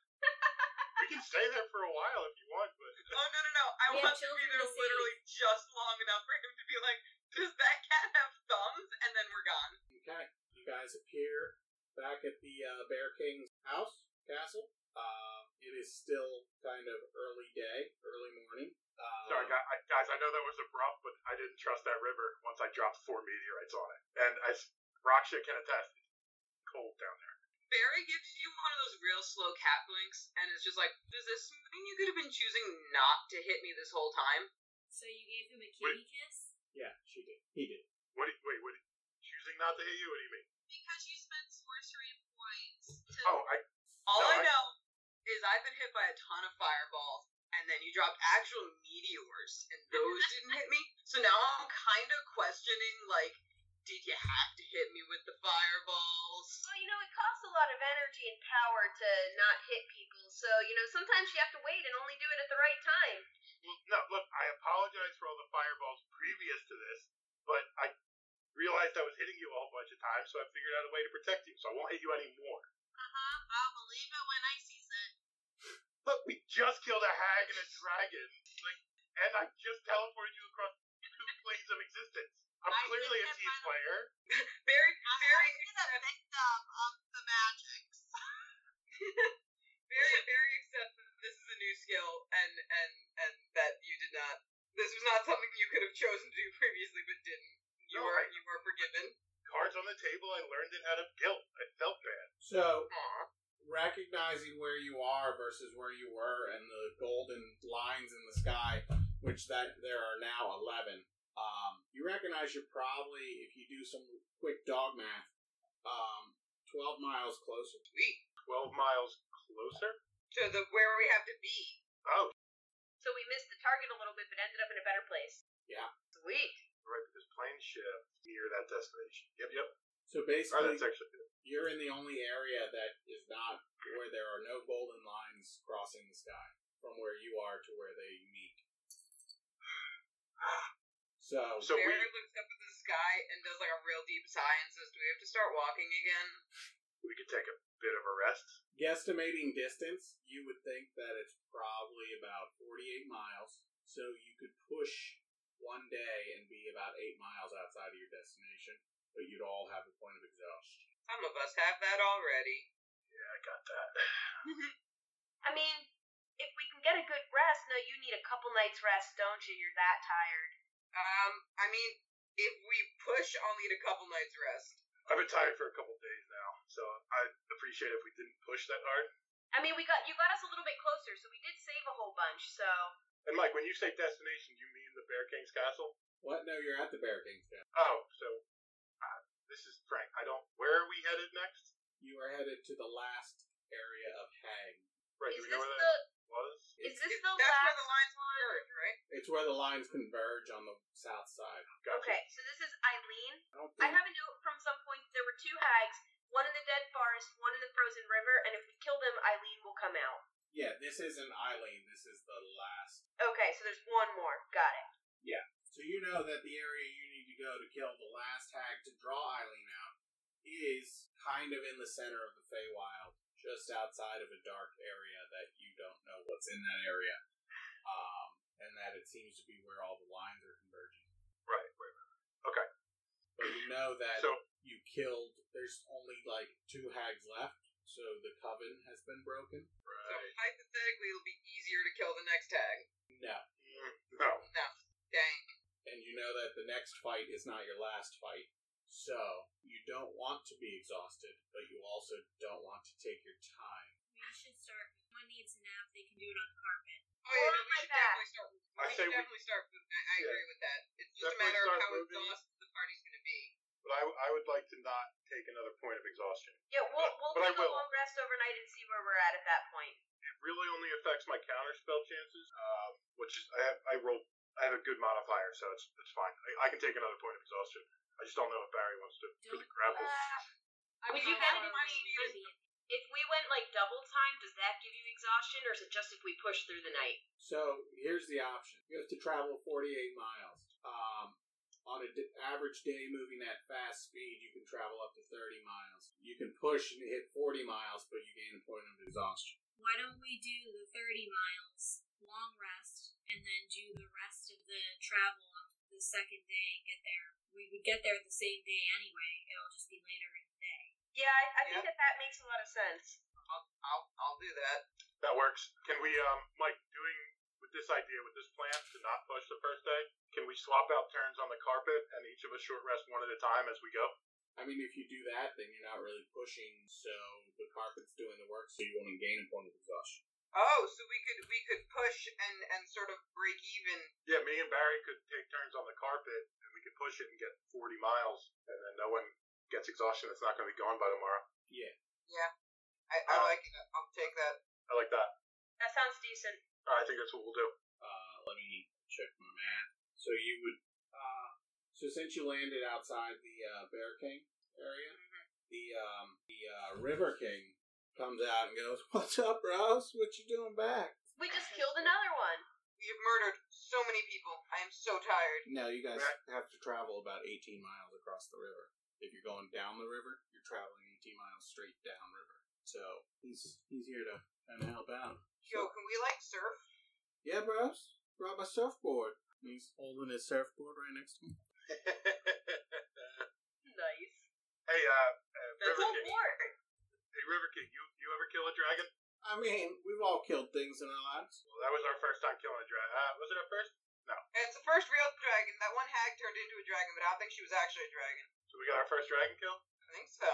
Speaker 7: We can stay there for a while if you want, but
Speaker 2: Oh no no no! I
Speaker 5: We have
Speaker 2: want to be
Speaker 5: children
Speaker 2: there
Speaker 5: to save.
Speaker 2: literally just long enough for him to be like, "Does that cat have thumbs?" And then we're gone.
Speaker 1: Okay. You guys appear back at the uh, Bear King's house, castle. Uh, it is still kind of early day, early morning. Um,
Speaker 7: sorry, guys, I, guys. I know that was abrupt, but I didn't trust that river once I dropped four meteorites on it. And as Raksha can attest, it's cold down there.
Speaker 2: Barry gives you one of those real slow cat blinks, and it's just like, "Does this mean you could have been choosing not to hit me this whole time?"
Speaker 5: So you gave him a kitty kiss?
Speaker 1: Yeah, she did. He did.
Speaker 7: What? Do you, wait, what? do you- Choosing not to hit you? What do you mean?
Speaker 5: Because you spent sorcery points to
Speaker 7: Oh, I
Speaker 2: All
Speaker 7: No,
Speaker 2: I
Speaker 7: I-
Speaker 2: know is I've been hit by a ton of fireballs, and then you dropped actual meteors, and those didn't hit me. So now I'm kind of questioning, like, did you have to hit me with the fireballs?
Speaker 4: Well, you know, it costs a lot of energy and power to not hit people, so, you know, sometimes you have to wait and only do it at the right time.
Speaker 7: Well, no, look, I apologize for all the fireballs previous to this, but I realized I was hitting you a whole bunch of times, so I figured out a way to protect you, so I won't hit you anymore.
Speaker 5: Uh-huh. I'll believe it when I sees it.
Speaker 7: Look, we just killed a hag and a dragon, like, and I just teleported you across two planes of existence. I'm
Speaker 5: I did
Speaker 7: clearly a
Speaker 5: get
Speaker 7: team
Speaker 5: by the-
Speaker 7: player.
Speaker 2: Barry, Barry,
Speaker 4: Uh-huh,
Speaker 5: a victim of the magics.
Speaker 2: Barry, Barry accepts that this is a new skill, and and and that you did not. This was not something you could have chosen to do previously, but didn't. You
Speaker 7: No,
Speaker 2: are
Speaker 7: I-
Speaker 2: you are forgiven.
Speaker 7: Cards on the table. I learned it out of guilt. I felt bad.
Speaker 1: So,
Speaker 2: Aw.
Speaker 1: recognizing where you are versus where you were and the golden lines in the sky, which that there are now 11, um, you recognize you're probably, if you do some quick dog math, um, 12 miles closer.
Speaker 2: Sweet.
Speaker 7: Twelve miles closer.
Speaker 2: To the where we have to be.
Speaker 7: Oh,
Speaker 4: So we missed the target a little bit, but ended up in a better place.
Speaker 1: Yeah.
Speaker 4: Sweet.
Speaker 7: right, because plane shift near that destination. Yep, yep.
Speaker 1: So
Speaker 7: Oh,
Speaker 1: basically,
Speaker 7: that's actually good.
Speaker 1: you're in the only area that is not where there are no golden lines crossing the sky from where you are to where they meet. So,
Speaker 7: So we.
Speaker 2: Barry looks up at the sky and does like a real deep sigh and says, "Do we have to start walking again?"
Speaker 7: we could take a bit of a rest.
Speaker 1: guesstimating distance, you would think that it's probably about 48 miles. So you could push one day and be about 8 miles outside of your destination, but you'd all have a point of exhaustion.
Speaker 2: Some of us have that already.
Speaker 7: Yeah, I got that.
Speaker 4: I mean, if we can get a good rest, no, you need a couple nights rest, don't you? You're that tired.
Speaker 2: Um, I mean, if we push, I'll need a couple nights rest.
Speaker 7: I've been tired for a couple days now, so I'd appreciate if we didn't push that hard.
Speaker 4: I mean, we got you got us a little bit closer, so we did save a whole bunch. So
Speaker 7: And Mike, when you say destination, you mean the Bear King's castle?
Speaker 1: What? No, you're at the Bear King's Castle.
Speaker 7: Oh, so uh, this is Frank. I don't. Where are we headed next?
Speaker 1: You are headed to the last area of Hang.
Speaker 7: Right,
Speaker 4: is
Speaker 7: do
Speaker 4: this
Speaker 7: we know where
Speaker 4: the
Speaker 7: that was?
Speaker 4: is
Speaker 1: It's-
Speaker 4: this
Speaker 2: If
Speaker 4: the
Speaker 2: that's
Speaker 4: last
Speaker 2: where the lines
Speaker 4: one?
Speaker 2: merge, right?
Speaker 1: It's where the lines converge on the south side.
Speaker 7: Gotcha.
Speaker 4: Okay, so this is Eileen.
Speaker 1: I don't
Speaker 4: I
Speaker 1: think
Speaker 4: have a note from some point. that There were two hags, one in the dead forest, one in the frozen river, and if we kill them, Eileen will come out.
Speaker 1: Yeah, this isn't Eileen. This is the last.
Speaker 4: Okay, so there's one more. Got it.
Speaker 1: So you know that the area you need to go to kill the last hag to draw Eileen out is kind of in the center of the Feywild, just outside of a dark area that you don't know what's in that area, um, and that it seems to be where all the lines are converging.
Speaker 7: Right, right, right.
Speaker 1: But you know that
Speaker 7: So
Speaker 1: you killed. There's only like two hags left, so the coven has been broken.
Speaker 2: So hypothetically, it'll be easier to kill the next tag.
Speaker 1: No.
Speaker 7: Mm, no.
Speaker 2: No, dang.
Speaker 1: and you know that the next fight is not your last fight. So you don't want to be exhausted, but you also don't want to take your time.
Speaker 5: We should start. If one needs a nap, they can do it on the carpet.
Speaker 2: Oh yeah,
Speaker 4: Or
Speaker 2: no,
Speaker 4: on
Speaker 2: we
Speaker 4: my
Speaker 2: should
Speaker 4: back.
Speaker 2: definitely start. We
Speaker 7: I say
Speaker 2: should
Speaker 7: we-
Speaker 2: definitely start moving. I, I
Speaker 7: Yeah.
Speaker 2: agree with that. It's just a
Speaker 7: Definitely
Speaker 2: matter of
Speaker 7: start
Speaker 2: how
Speaker 7: moving.
Speaker 2: exhausted the party's going to be.
Speaker 7: But I, I would like to not take another point of exhaustion.
Speaker 4: Yeah, we'll
Speaker 7: But-
Speaker 4: we'll
Speaker 7: but I
Speaker 4: take a
Speaker 7: will.
Speaker 4: long rest overnight and see where we're at at that point.
Speaker 7: It really only affects my counter spell chances, um, which is I have I roll I have a good modifier, so it's it's fine. I, I can take another point of exhaustion. I just don't know if Barry wants to for
Speaker 5: Don't-
Speaker 7: the grapple.
Speaker 2: I
Speaker 4: Uh, Would
Speaker 2: mean,
Speaker 4: you
Speaker 2: I'm
Speaker 4: guys
Speaker 2: not
Speaker 4: mind
Speaker 2: much
Speaker 4: if
Speaker 2: speed.
Speaker 4: If we went like double time, does that give you exhaustion, or is it just if we push through the night?
Speaker 1: So here's the option: you have to travel 48 miles. Um, on an average day moving at fast speed, you can travel up to 30 miles. You can push and hit 40 miles, but you gain a point of exhaustion.
Speaker 5: Why don't we do the 30 miles, long rest, and then do the rest of the travel on the second day and get there. We would get there the same day anyway, it'll just be later in the day.
Speaker 4: Yeah, I, I think that that makes a lot of sense.
Speaker 2: I'll, I'll, I'll do that.
Speaker 7: That works. Can we, um, Mike, doing with this idea, with this plan to not push the first day, can we swap out turns on the carpet and each of us short rest one at a time as we go?
Speaker 1: I mean, if you do that, then you're not really pushing, so the carpet's doing the work, so you won't gain a point of exhaustion.
Speaker 2: Oh, so we could we could push and and sort of break even.
Speaker 7: Yeah, me and Barry could take turns on the carpet and we could push it and get 40 miles and then no one gets exhaustion. It's not going to be gone by tomorrow.
Speaker 2: I, I
Speaker 7: Uh,
Speaker 2: like it. I'll take that.
Speaker 7: I like that.
Speaker 4: That sounds decent.
Speaker 7: All right, I think that's what we'll do.
Speaker 1: Uh, let me check my math. So you would. Uh, so since you landed outside the uh, Bear King area, the um, the uh, River King comes out and goes, "What's up, Ross? What you doing back?"
Speaker 4: We just killed another one.
Speaker 2: We have murdered so many people. I am so tired.
Speaker 1: No, you guys have to travel about eighteen miles across the river. If you're going down the river, you're traveling eighteen miles straight down river. So he's he's here to kind of help out.
Speaker 2: Yo, can we like surf?
Speaker 1: Yeah, bros, brought my surfboard. He's holding his surfboard right next to him.
Speaker 7: hey,
Speaker 4: Nice.
Speaker 7: uh, uh
Speaker 4: That's a
Speaker 7: River King.
Speaker 4: war.
Speaker 7: Hey, River King, you, you ever kill a dragon?
Speaker 1: I mean, we've all killed things in our lives.
Speaker 7: Well, that was our first time killing a dragon. Uh, was it our first?
Speaker 2: It's the first real dragon. That one hag turned into a dragon, but I don't think she was actually a dragon.
Speaker 7: So we got our first dragon kill?
Speaker 2: I think so.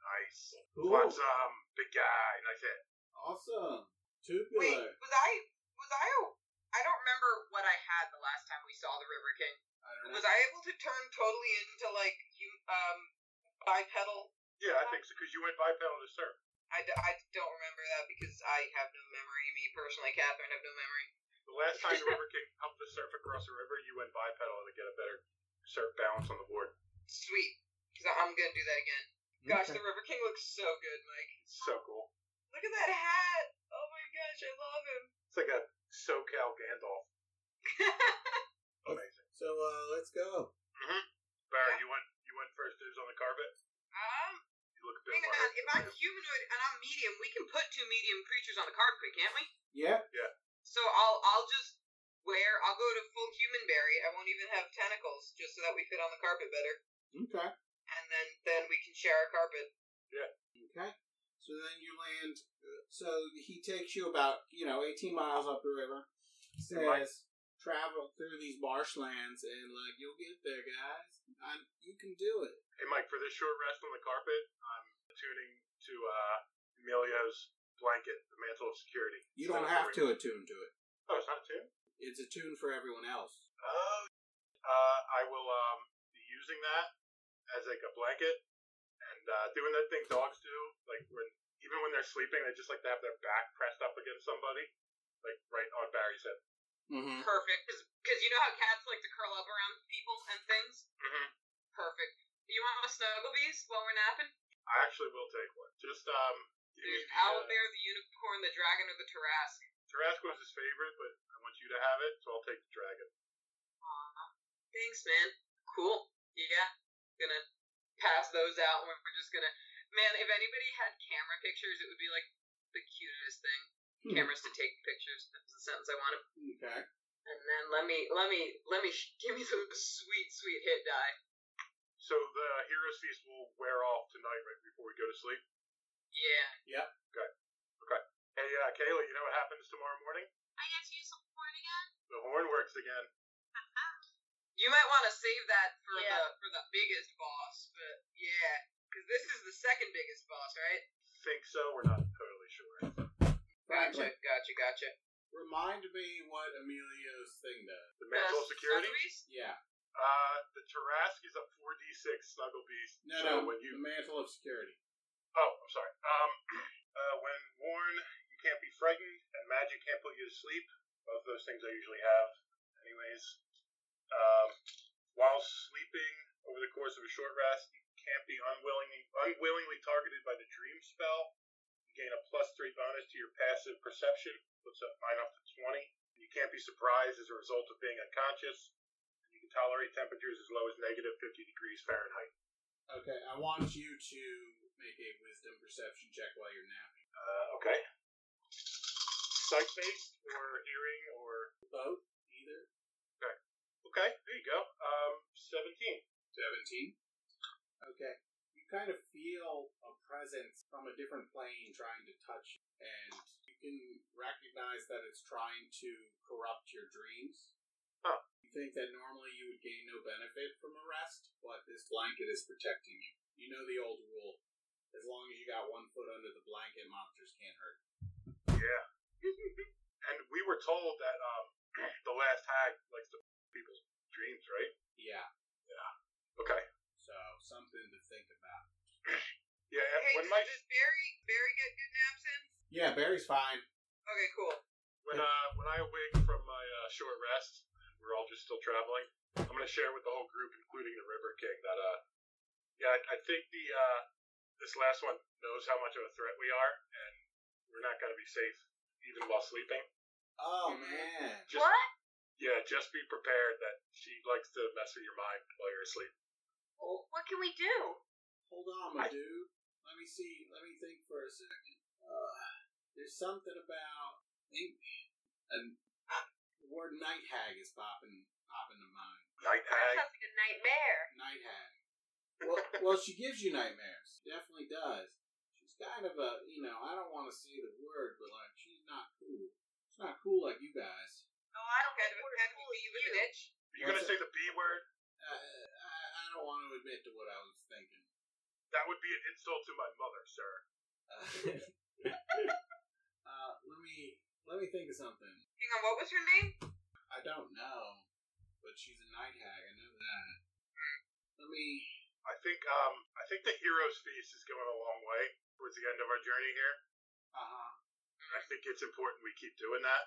Speaker 7: Nice.
Speaker 1: Cool.
Speaker 7: What's um big guy? Nice hit.
Speaker 1: Awesome.
Speaker 2: Wait,
Speaker 1: Tubular.
Speaker 2: was I was I a- I don't remember what I had the last time we saw the River King.
Speaker 1: I don't know.
Speaker 2: Was I able to turn totally into like you um bipedal?
Speaker 7: Yeah, I think so because you went bipedal to surf.
Speaker 2: I, d- I don't remember that because I have no memory. Me personally, Catherine, have no memory.
Speaker 7: The last time the River King helped us surf across the river, you went bipedal to get a better surf balance on the board.
Speaker 2: Sweet, because I'm gonna do that again. Gosh, the River King looks so good, Mike.
Speaker 7: It's so cool.
Speaker 2: Look at that hat. Oh my gosh, I love him.
Speaker 7: It's like a SoCal Gandalf. Amazing.
Speaker 1: So uh, let's go.
Speaker 7: Barry, you went you went first dibs on the carpet.
Speaker 2: um,
Speaker 7: You look a bit
Speaker 2: hang on.
Speaker 7: worried.
Speaker 2: If I'm humanoid and I'm medium, we can put two medium creatures on the carpet, can't we?
Speaker 1: Yeah.
Speaker 2: So I'll I'll just wear I'll go to full human berry. I won't even have tentacles, just so that we fit on the carpet better.
Speaker 1: Okay.
Speaker 2: And then then we can share our carpet.
Speaker 1: Okay. So then you land. uh, So he takes you about you know eighteen miles up the river. Says
Speaker 7: Right.
Speaker 1: travel through these marshlands and like you'll get there, guys. I, you can do it.
Speaker 7: Hey Mike, for this short rest on the carpet, I'm tuning to uh Emilio's blanket, the mantle of security.
Speaker 1: You don't have to attune to it.
Speaker 7: Oh, it's not a tune?
Speaker 1: It's a tune for everyone else.
Speaker 7: Oh uh I will um be using that as like a blanket and uh doing that thing dogs do, like when even when they're sleeping they just like to have their back pressed up against somebody. Like right on Barry's head.
Speaker 1: Mm-hmm.
Speaker 2: Perfect, because you know how cats like to curl up around people and things.
Speaker 7: Mm-hmm.
Speaker 2: Perfect. You want a snuggle beast while we're napping?
Speaker 7: I actually will take one. Just um give me
Speaker 2: There's
Speaker 7: the, uh,
Speaker 2: owlbear, the unicorn, the dragon, or the Tarrasque.
Speaker 7: Tarasco is his favorite, but I want you to have it, so I'll take the dragon.
Speaker 2: Aw, thanks, man. Cool. Yeah. Gonna pass those out when we're just gonna. Man, if anybody had camera pictures, it would be like the cutest thing.
Speaker 1: Hmm.
Speaker 2: Cameras to take pictures. That was the sentence I wanted.
Speaker 1: Okay.
Speaker 2: And then let me, let me, let me sh- give me some sweet, sweet hit die.
Speaker 7: So the hero's feast will wear off tonight, right before we go to sleep.
Speaker 2: Yeah.
Speaker 7: Hey, uh, Kayla, you know what happens tomorrow morning?
Speaker 5: I get to use some corn again?
Speaker 7: The horn works again.
Speaker 2: You might want to save that for
Speaker 4: Yeah.
Speaker 2: the for the biggest boss, but yeah, because this is the second biggest boss, right?
Speaker 7: Think so? We're not totally sure.
Speaker 2: Gotcha, gotcha, gotcha.
Speaker 1: Remind me what Emilio's thing does.
Speaker 7: The mantle of
Speaker 2: Uh,
Speaker 7: security.
Speaker 2: Sotheby's?
Speaker 1: Yeah.
Speaker 7: Uh, the Tarask is a 4d6 snuggle beast.
Speaker 1: No,
Speaker 7: so
Speaker 1: no.
Speaker 7: When you,
Speaker 1: The mantle of security.
Speaker 7: oh, I'm sorry. Um, uh, when worn, you can't be frightened, and magic can't put you to sleep. Both those things I usually have, anyways. Um, while sleeping over the course of a short rest, you can't be unwillingly unwillingly targeted by the dream spell. You gain a plus three bonus to your passive perception, puts up mine up to twenty. You can't be surprised as a result of being unconscious. You can tolerate temperatures as low as negative fifty degrees Fahrenheit.
Speaker 1: Okay, I want you to make a wisdom perception check while you're napping.
Speaker 7: Uh, okay. Uh, sight based or hearing or
Speaker 1: Both? Either?
Speaker 7: okay? There you go. Um, seventeen.
Speaker 1: 17. Okay. You kind of feel a presence from a different plane trying to touch you, and you can recognize that it's trying to corrupt your dreams.
Speaker 7: Huh.
Speaker 1: You think that normally you would gain no benefit from arrest, but this blanket is protecting you. You know the old rule. As long as you got one foot under the blanket, monsters can't hurt.
Speaker 7: Yeah. and we were told that um, the last hag likes to people's dreams, right?
Speaker 1: you. Yeah.
Speaker 7: Okay.
Speaker 1: So something to think about.
Speaker 7: Yeah. and
Speaker 2: Hey,
Speaker 7: When my
Speaker 2: does Barry Barry get good naps in?
Speaker 1: Yeah, Barry's fine.
Speaker 2: Okay, cool.
Speaker 7: when uh when I awake from my uh, short rest, we're all just still traveling. I'm gonna share with the whole group, including the River King, that uh yeah, I, I think the uh this last one knows how much of a threat we are, and we're not gonna be safe even while sleeping.
Speaker 1: Oh man.
Speaker 7: Just
Speaker 4: what?
Speaker 7: yeah, just be prepared that she likes to mess with your mind while you're asleep.
Speaker 1: Oh,
Speaker 4: What can we do?
Speaker 1: Hold on, my dude. Let me see. Let me think for a second. Uh, there's something about I think, and the word night hag is popping popping to mind.
Speaker 7: Night
Speaker 4: That
Speaker 7: hag.
Speaker 4: sounds like a nightmare.
Speaker 1: Night hag. Well, well, she gives you nightmares. She definitely does. She's kind of a you know. I don't want to say the word, but like she's not cool. She's not cool like you guys.
Speaker 4: Oh, I don't
Speaker 2: Can,
Speaker 4: think we're
Speaker 2: can we
Speaker 4: cool as
Speaker 2: beat you with
Speaker 4: you.
Speaker 2: an itch?
Speaker 7: You're gonna say the B word?
Speaker 1: Uh, I, I don't want to admit to what I was thinking.
Speaker 7: That would be an insult to my mother, sir.
Speaker 1: Uh, uh, let me let me think of something.
Speaker 2: Hang on, what was her name?
Speaker 1: I don't know, but she's a night hag. I know that. Let me.
Speaker 7: I think um I think the hero's feast is going a long way towards the end of our journey here.
Speaker 1: Uh huh.
Speaker 7: I think it's important we keep doing that.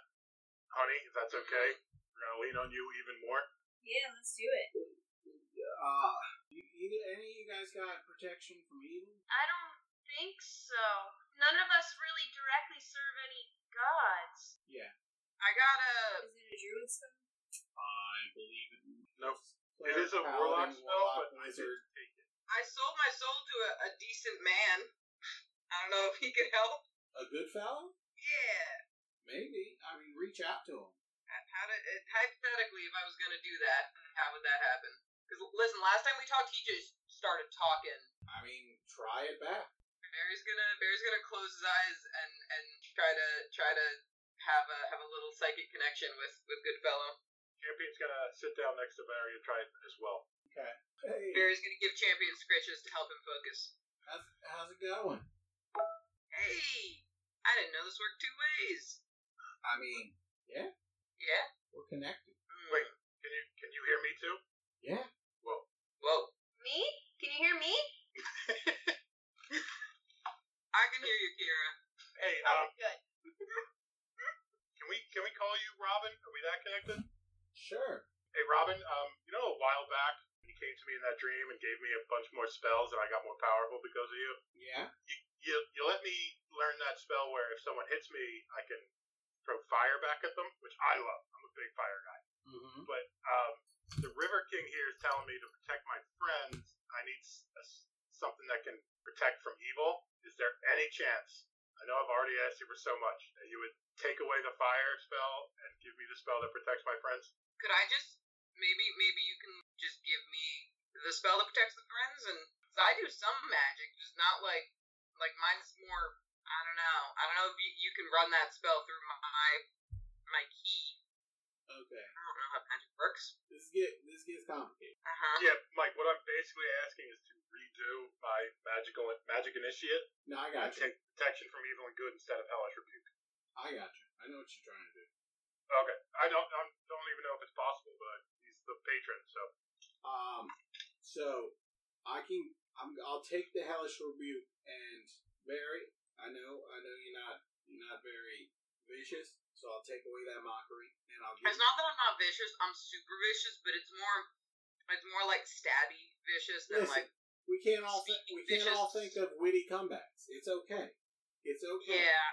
Speaker 7: Honey, if that's okay, we're going to lean on you even more.
Speaker 5: Yeah, let's do it.
Speaker 1: Uh, you, either any of you guys got protection from evil?
Speaker 4: I don't think so. None of us really directly serve any gods.
Speaker 1: Yeah,
Speaker 2: I got a.
Speaker 5: Is it a druid spell?
Speaker 1: I believe it.
Speaker 7: Nope.
Speaker 1: Cleric,
Speaker 7: it is a
Speaker 1: paladin,
Speaker 7: warlock spell,
Speaker 1: warlock,
Speaker 7: but I did
Speaker 1: wizard.
Speaker 7: take it.
Speaker 2: I sold my soul to a, a decent man. I don't know if he could help.
Speaker 1: A good fellow?
Speaker 2: Yeah.
Speaker 1: Maybe. I mean, reach out to him.
Speaker 2: How did it, hypothetically, if I was gonna do that, how would that happen? Because listen, last time we talked, he just started talking.
Speaker 1: I mean, try it back.
Speaker 2: Barry's gonna Barry's gonna close his eyes and and try to try to have a have a little psychic connection with with Goodfellow.
Speaker 7: Champion's going to sit down next to Barry and try it as well.
Speaker 1: Hey,
Speaker 2: Barry's gonna give Champion scratches to help him focus.
Speaker 1: how's, how's it going?
Speaker 2: Hey, I didn't know this worked two ways.
Speaker 1: I mean,
Speaker 2: Yeah.
Speaker 1: we're connected.
Speaker 2: Mm.
Speaker 7: Wait. Can you can you hear me too?
Speaker 1: Yeah.
Speaker 2: Whoa.
Speaker 4: Me? Can you hear me?
Speaker 2: I can hear you, Kira.
Speaker 7: Hey,
Speaker 4: Oh,
Speaker 7: um,
Speaker 4: good.
Speaker 7: can we can we call you Robin? Are we that connected?
Speaker 1: Sure.
Speaker 7: Hey, Robin, um, you know a while back you came to me in that dream and gave me a bunch more spells and I got more powerful because of you.
Speaker 1: Yeah.
Speaker 7: You you let me learn that spell where if someone hits me, I can throw fire back at them, which I love. I'm a big fire guy.
Speaker 1: Mm-hmm.
Speaker 7: um, the River King here is telling me to protect my friends. I need s- a s- something that can protect from evil. Is there any chance? I know I've already asked you for so much that you would take away the fire spell and give me the spell that protects my friends.
Speaker 2: Could I just maybe maybe you can just give me the spell that protects the friends and 'cause I do some magic, just not like like mine's more. I don't know. I don't know if you, you can run that spell through my my key.
Speaker 1: Okay.
Speaker 2: I don't know how magic works.
Speaker 1: This get this gets complicated.
Speaker 2: Uh huh.
Speaker 7: Yeah, Mike. What I'm basically asking is to redo my magical magic initiate
Speaker 1: No, I
Speaker 7: and
Speaker 1: got you.
Speaker 7: take protection from evil and good instead of hellish rebuke.
Speaker 1: I got you. I know what you're trying to do.
Speaker 7: Okay. I don't I don't even know if it's possible, but he's the patron, so
Speaker 1: Um, so I can I'm, I'll take the hellish rebuke and Barry. I know I know you're not you're not very vicious, so I'll take away that mockery and I'll give
Speaker 2: It's not that I'm not vicious. I'm super vicious, but it's more it's more like stabby vicious than
Speaker 1: Listen,
Speaker 2: like
Speaker 1: we can't all think, we can't all think
Speaker 2: vicious.
Speaker 1: of witty comebacks. It's okay. It's okay.
Speaker 2: yeah.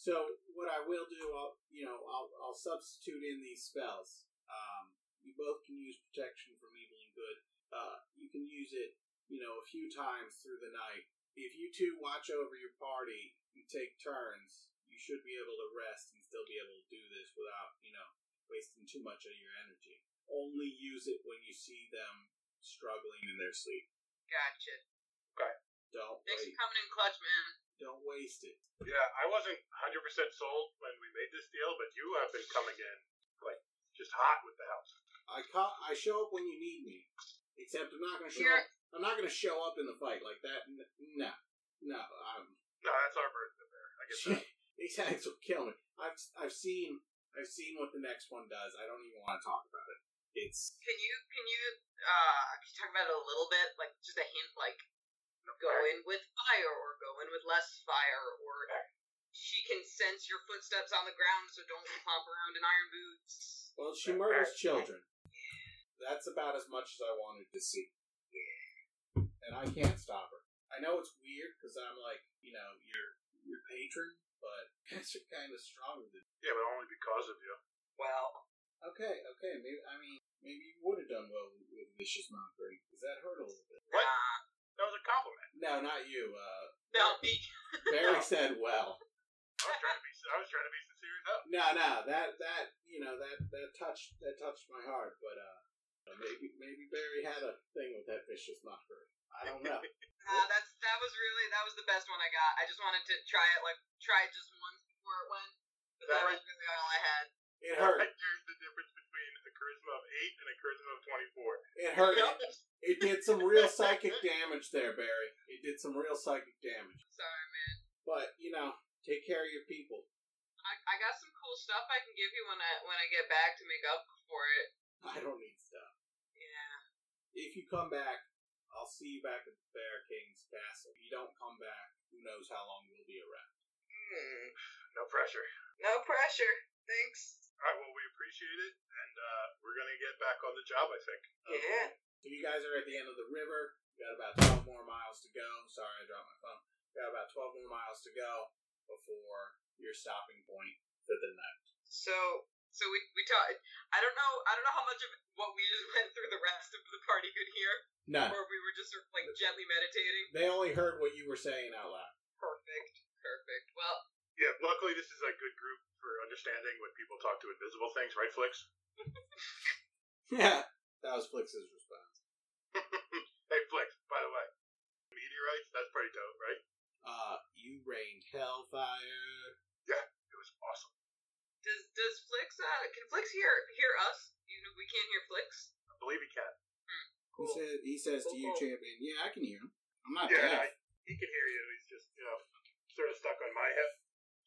Speaker 1: So what I will do, I'll you know, I'll I'll substitute in these spells. Um, you both can use protection from evil and good. Uh, you can use it, you know, a few times through the night. If you two watch over your party and take turns, you you should be able to rest and still be able to do this without, you know, wasting too much of your energy. Only use it when you see them struggling in their sleep.
Speaker 2: Gotcha.
Speaker 1: Don't
Speaker 2: Thanks for
Speaker 1: wait.
Speaker 2: coming in clutch, man.
Speaker 1: Don't waste it.
Speaker 7: Yeah, I wasn't 100% sold when we made this deal, but you have been coming in, like, just hot with the house.
Speaker 1: I ca- I show up when you need me. Except I'm not gonna show
Speaker 2: You're-
Speaker 1: up. I'm not gonna show up in the fight like that. N- No, no, I'm
Speaker 7: No, that's our version of there. I get that.
Speaker 1: these guys will kill me. I've I've seen I've seen what the next one does. I don't even want to talk about it. It's
Speaker 2: Can you can you uh can you talk about it a little bit, like just a hint, like go in with fire or go in with less fire, or she can sense your footsteps on the ground, so don't clomp around in iron boots.
Speaker 1: well, she murders children. That's about as much as I wanted to see. And I can't stop her. I know it's weird because I'm like you know your your patron, but guys are kind of stronger than.
Speaker 7: Yeah, but only because of you.
Speaker 2: Well,
Speaker 1: Okay, okay. Maybe I mean maybe you would have done well with, with vicious mockery because that hurt a little bit.
Speaker 7: What?
Speaker 2: nah.
Speaker 7: That was a compliment.
Speaker 1: No, not you. Uh,
Speaker 2: No, me.
Speaker 1: Barry said well.
Speaker 7: I was trying to be, I was trying to be sincere as hell.
Speaker 1: No, no, that that you know that that touched that touched my heart, but uh, maybe maybe Barry had a thing with that vicious mockery. I don't know.
Speaker 2: Nah, that's that was really that was the best one I got. I just wanted to try it, like try it just once before it went, but that was really all I had.
Speaker 1: It hurt.
Speaker 7: Here's the difference between a charisma of 8 and a charisma of 24.
Speaker 1: It hurt.
Speaker 2: Nope.
Speaker 1: It, it did some real psychic damage there, Barry. It did some real psychic damage.
Speaker 2: Sorry, man.
Speaker 1: But you know, take care of your people.
Speaker 2: I, I got some cool stuff I can give you when I when I get back to make up for it.
Speaker 1: I don't need stuff.
Speaker 2: Yeah.
Speaker 1: If you come back, I'll see you back at the Bear King's castle. If you don't come back, who knows how long you'll be around.
Speaker 2: Hmm.
Speaker 7: No pressure.
Speaker 2: No pressure. Thanks.
Speaker 7: All right, well, we appreciate it, and uh, we're going to get back on the job, I think.
Speaker 1: Okay.
Speaker 2: Yeah.
Speaker 1: So you guys are at the end of the river. You got about twelve more miles to go. Sorry, I dropped my phone. You got about twelve more miles to go before your stopping point for the night.
Speaker 2: So so we we talk. I don't know. I don't know how much of what we just went through the rest of the party could hear,
Speaker 1: No,
Speaker 2: or if we were just sort of like gently meditating.
Speaker 1: they only heard what you were saying out loud.
Speaker 2: Perfect. Perfect. Well,
Speaker 7: Yeah, luckily this is a good group for understanding when people talk to invisible things, right, Flicks?
Speaker 1: Yeah, that was Flix's response.
Speaker 7: hey, Flicks, by the way, meteorites, that's pretty dope, right?
Speaker 1: Uh, you rained hellfire.
Speaker 7: It was awesome.
Speaker 2: does does Flix uh can Flix hear hear us? You know we can't hear Flix.
Speaker 7: I believe he can.
Speaker 1: He
Speaker 2: Cool.
Speaker 1: said, "He says to you,
Speaker 2: Cool.
Speaker 1: champion, yeah, I can hear him. I'm not
Speaker 7: Yeah,
Speaker 1: deaf.
Speaker 7: I- He can hear you, he's just, you know, sort of stuck on my hip.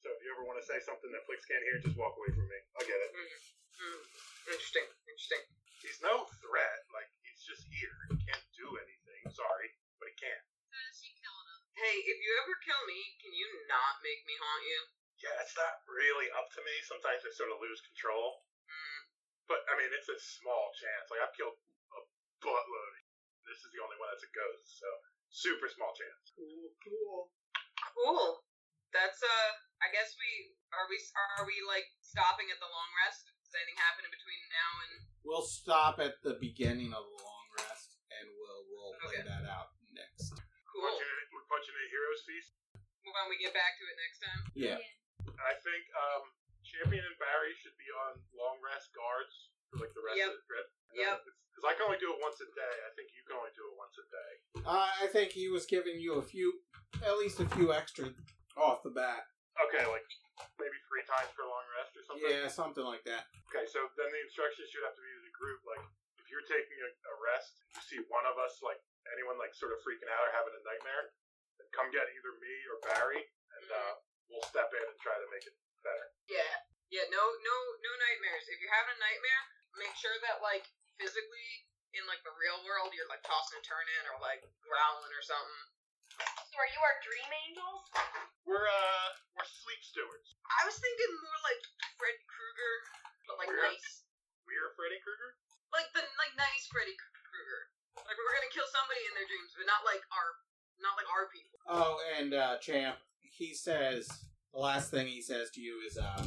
Speaker 7: So if you ever want to say something that Flicks can't hear, just walk away from me. I'll get it.
Speaker 2: Mm. Mm. Interesting. Interesting.
Speaker 7: He's no threat, like, he's just here. He can't do anything, sorry, but he can.
Speaker 5: she killed him.
Speaker 2: Hey, if you ever kill me, can you not make me haunt you?
Speaker 7: Yeah, it's not really up to me. Sometimes I sort of lose control.
Speaker 2: Mm.
Speaker 7: But, I mean, it's a small chance. Like, I've killed a buttload. This is the only one that's a ghost, so super small chance.
Speaker 1: Cool, cool.
Speaker 2: Cool. That's uh. I guess we are we are we like stopping at the long rest. Does anything happen in between now and
Speaker 1: We'll stop at the beginning of the long rest, and we'll roll play
Speaker 2: Okay.
Speaker 1: that out next.
Speaker 2: cool?
Speaker 7: Punching it- we're punching a hero's feast.
Speaker 2: When we get back to it next time.
Speaker 1: Yeah,
Speaker 7: And I think um, Champion and Barry should be on long rest guards for like the rest
Speaker 2: Yep.
Speaker 7: of the trip.
Speaker 2: Yep.
Speaker 7: Because I can only do it once a day. I think you can only do it once a day.
Speaker 1: Uh, I think he was giving you a few, at least a few extra off the bat.
Speaker 7: Okay, like maybe three times per long rest or something.
Speaker 1: Yeah, something like that.
Speaker 7: Okay, so then the instructions should have to be to the group. Like, if you're taking a, a rest, you see one of us, like anyone, like sort of freaking out or having a nightmare, then come get either me or Barry, and uh, we'll step in and try to make it.
Speaker 2: Yeah. Yeah. No. No. No nightmares. If you're having a nightmare, make sure that like physically in like the real world you're like tossing and turning or like growling or something.
Speaker 4: So are you our dream angels?
Speaker 7: We're uh, we're sleep stewards.
Speaker 2: I was thinking more like Freddy Krueger, but like
Speaker 7: Weird.
Speaker 2: nice.
Speaker 7: We're Freddy Krueger.
Speaker 2: like the like nice Freddy Krueger. Like we're gonna kill somebody in their dreams, but not like our not like our people.
Speaker 1: Oh, and uh, Champ, he says the last thing he says to you is, uh,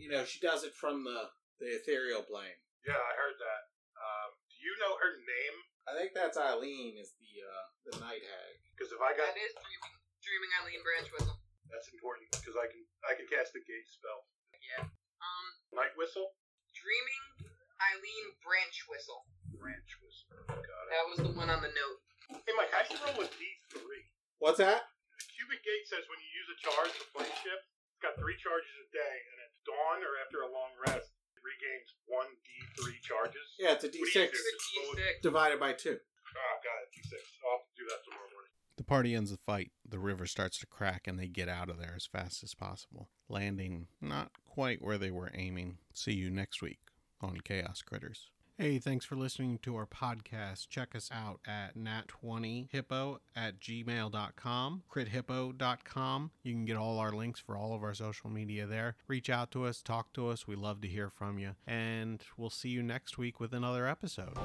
Speaker 1: you know, she does it from the the ethereal plane.
Speaker 7: Yeah, I heard that. Um, do you know her name?
Speaker 1: I think that's Eileen is the uh, the night hag.
Speaker 7: Because if I got
Speaker 2: That is dreaming, dreaming Eileen Branchwhistle.
Speaker 7: that's important because I can I can to cast a gate spell.
Speaker 2: Um,
Speaker 7: Night whistle?
Speaker 2: dreaming Eileen branch whistle.
Speaker 7: Branch whistle. Got it.
Speaker 2: That was the one on the note.
Speaker 7: Hey, Mike, how do you roll a d3? The
Speaker 1: What's that?
Speaker 7: cubic gate says when you use a charge to play shift, it's got three charges a day, and at dawn or after a long rest, it regains one d3 charges.
Speaker 1: Yeah, it's a
Speaker 7: What do you
Speaker 1: D6
Speaker 7: do?
Speaker 2: Fifteen six.
Speaker 1: divided by two.
Speaker 7: Oh, got it, d6. I'll have to do that tomorrow morning.
Speaker 6: The party ends the fight. The river starts to crack and they get out of there as fast as possible, landing not quite where they were aiming. See you next week on Chaos Critters. Hey, thanks for listening to our podcast. Check us out at nat20hippo at gmail.com, crithippo.com. You can get all our links for all of our social media there. Reach out to us, talk to us. We love to hear from you. And we'll see you next week with another episode.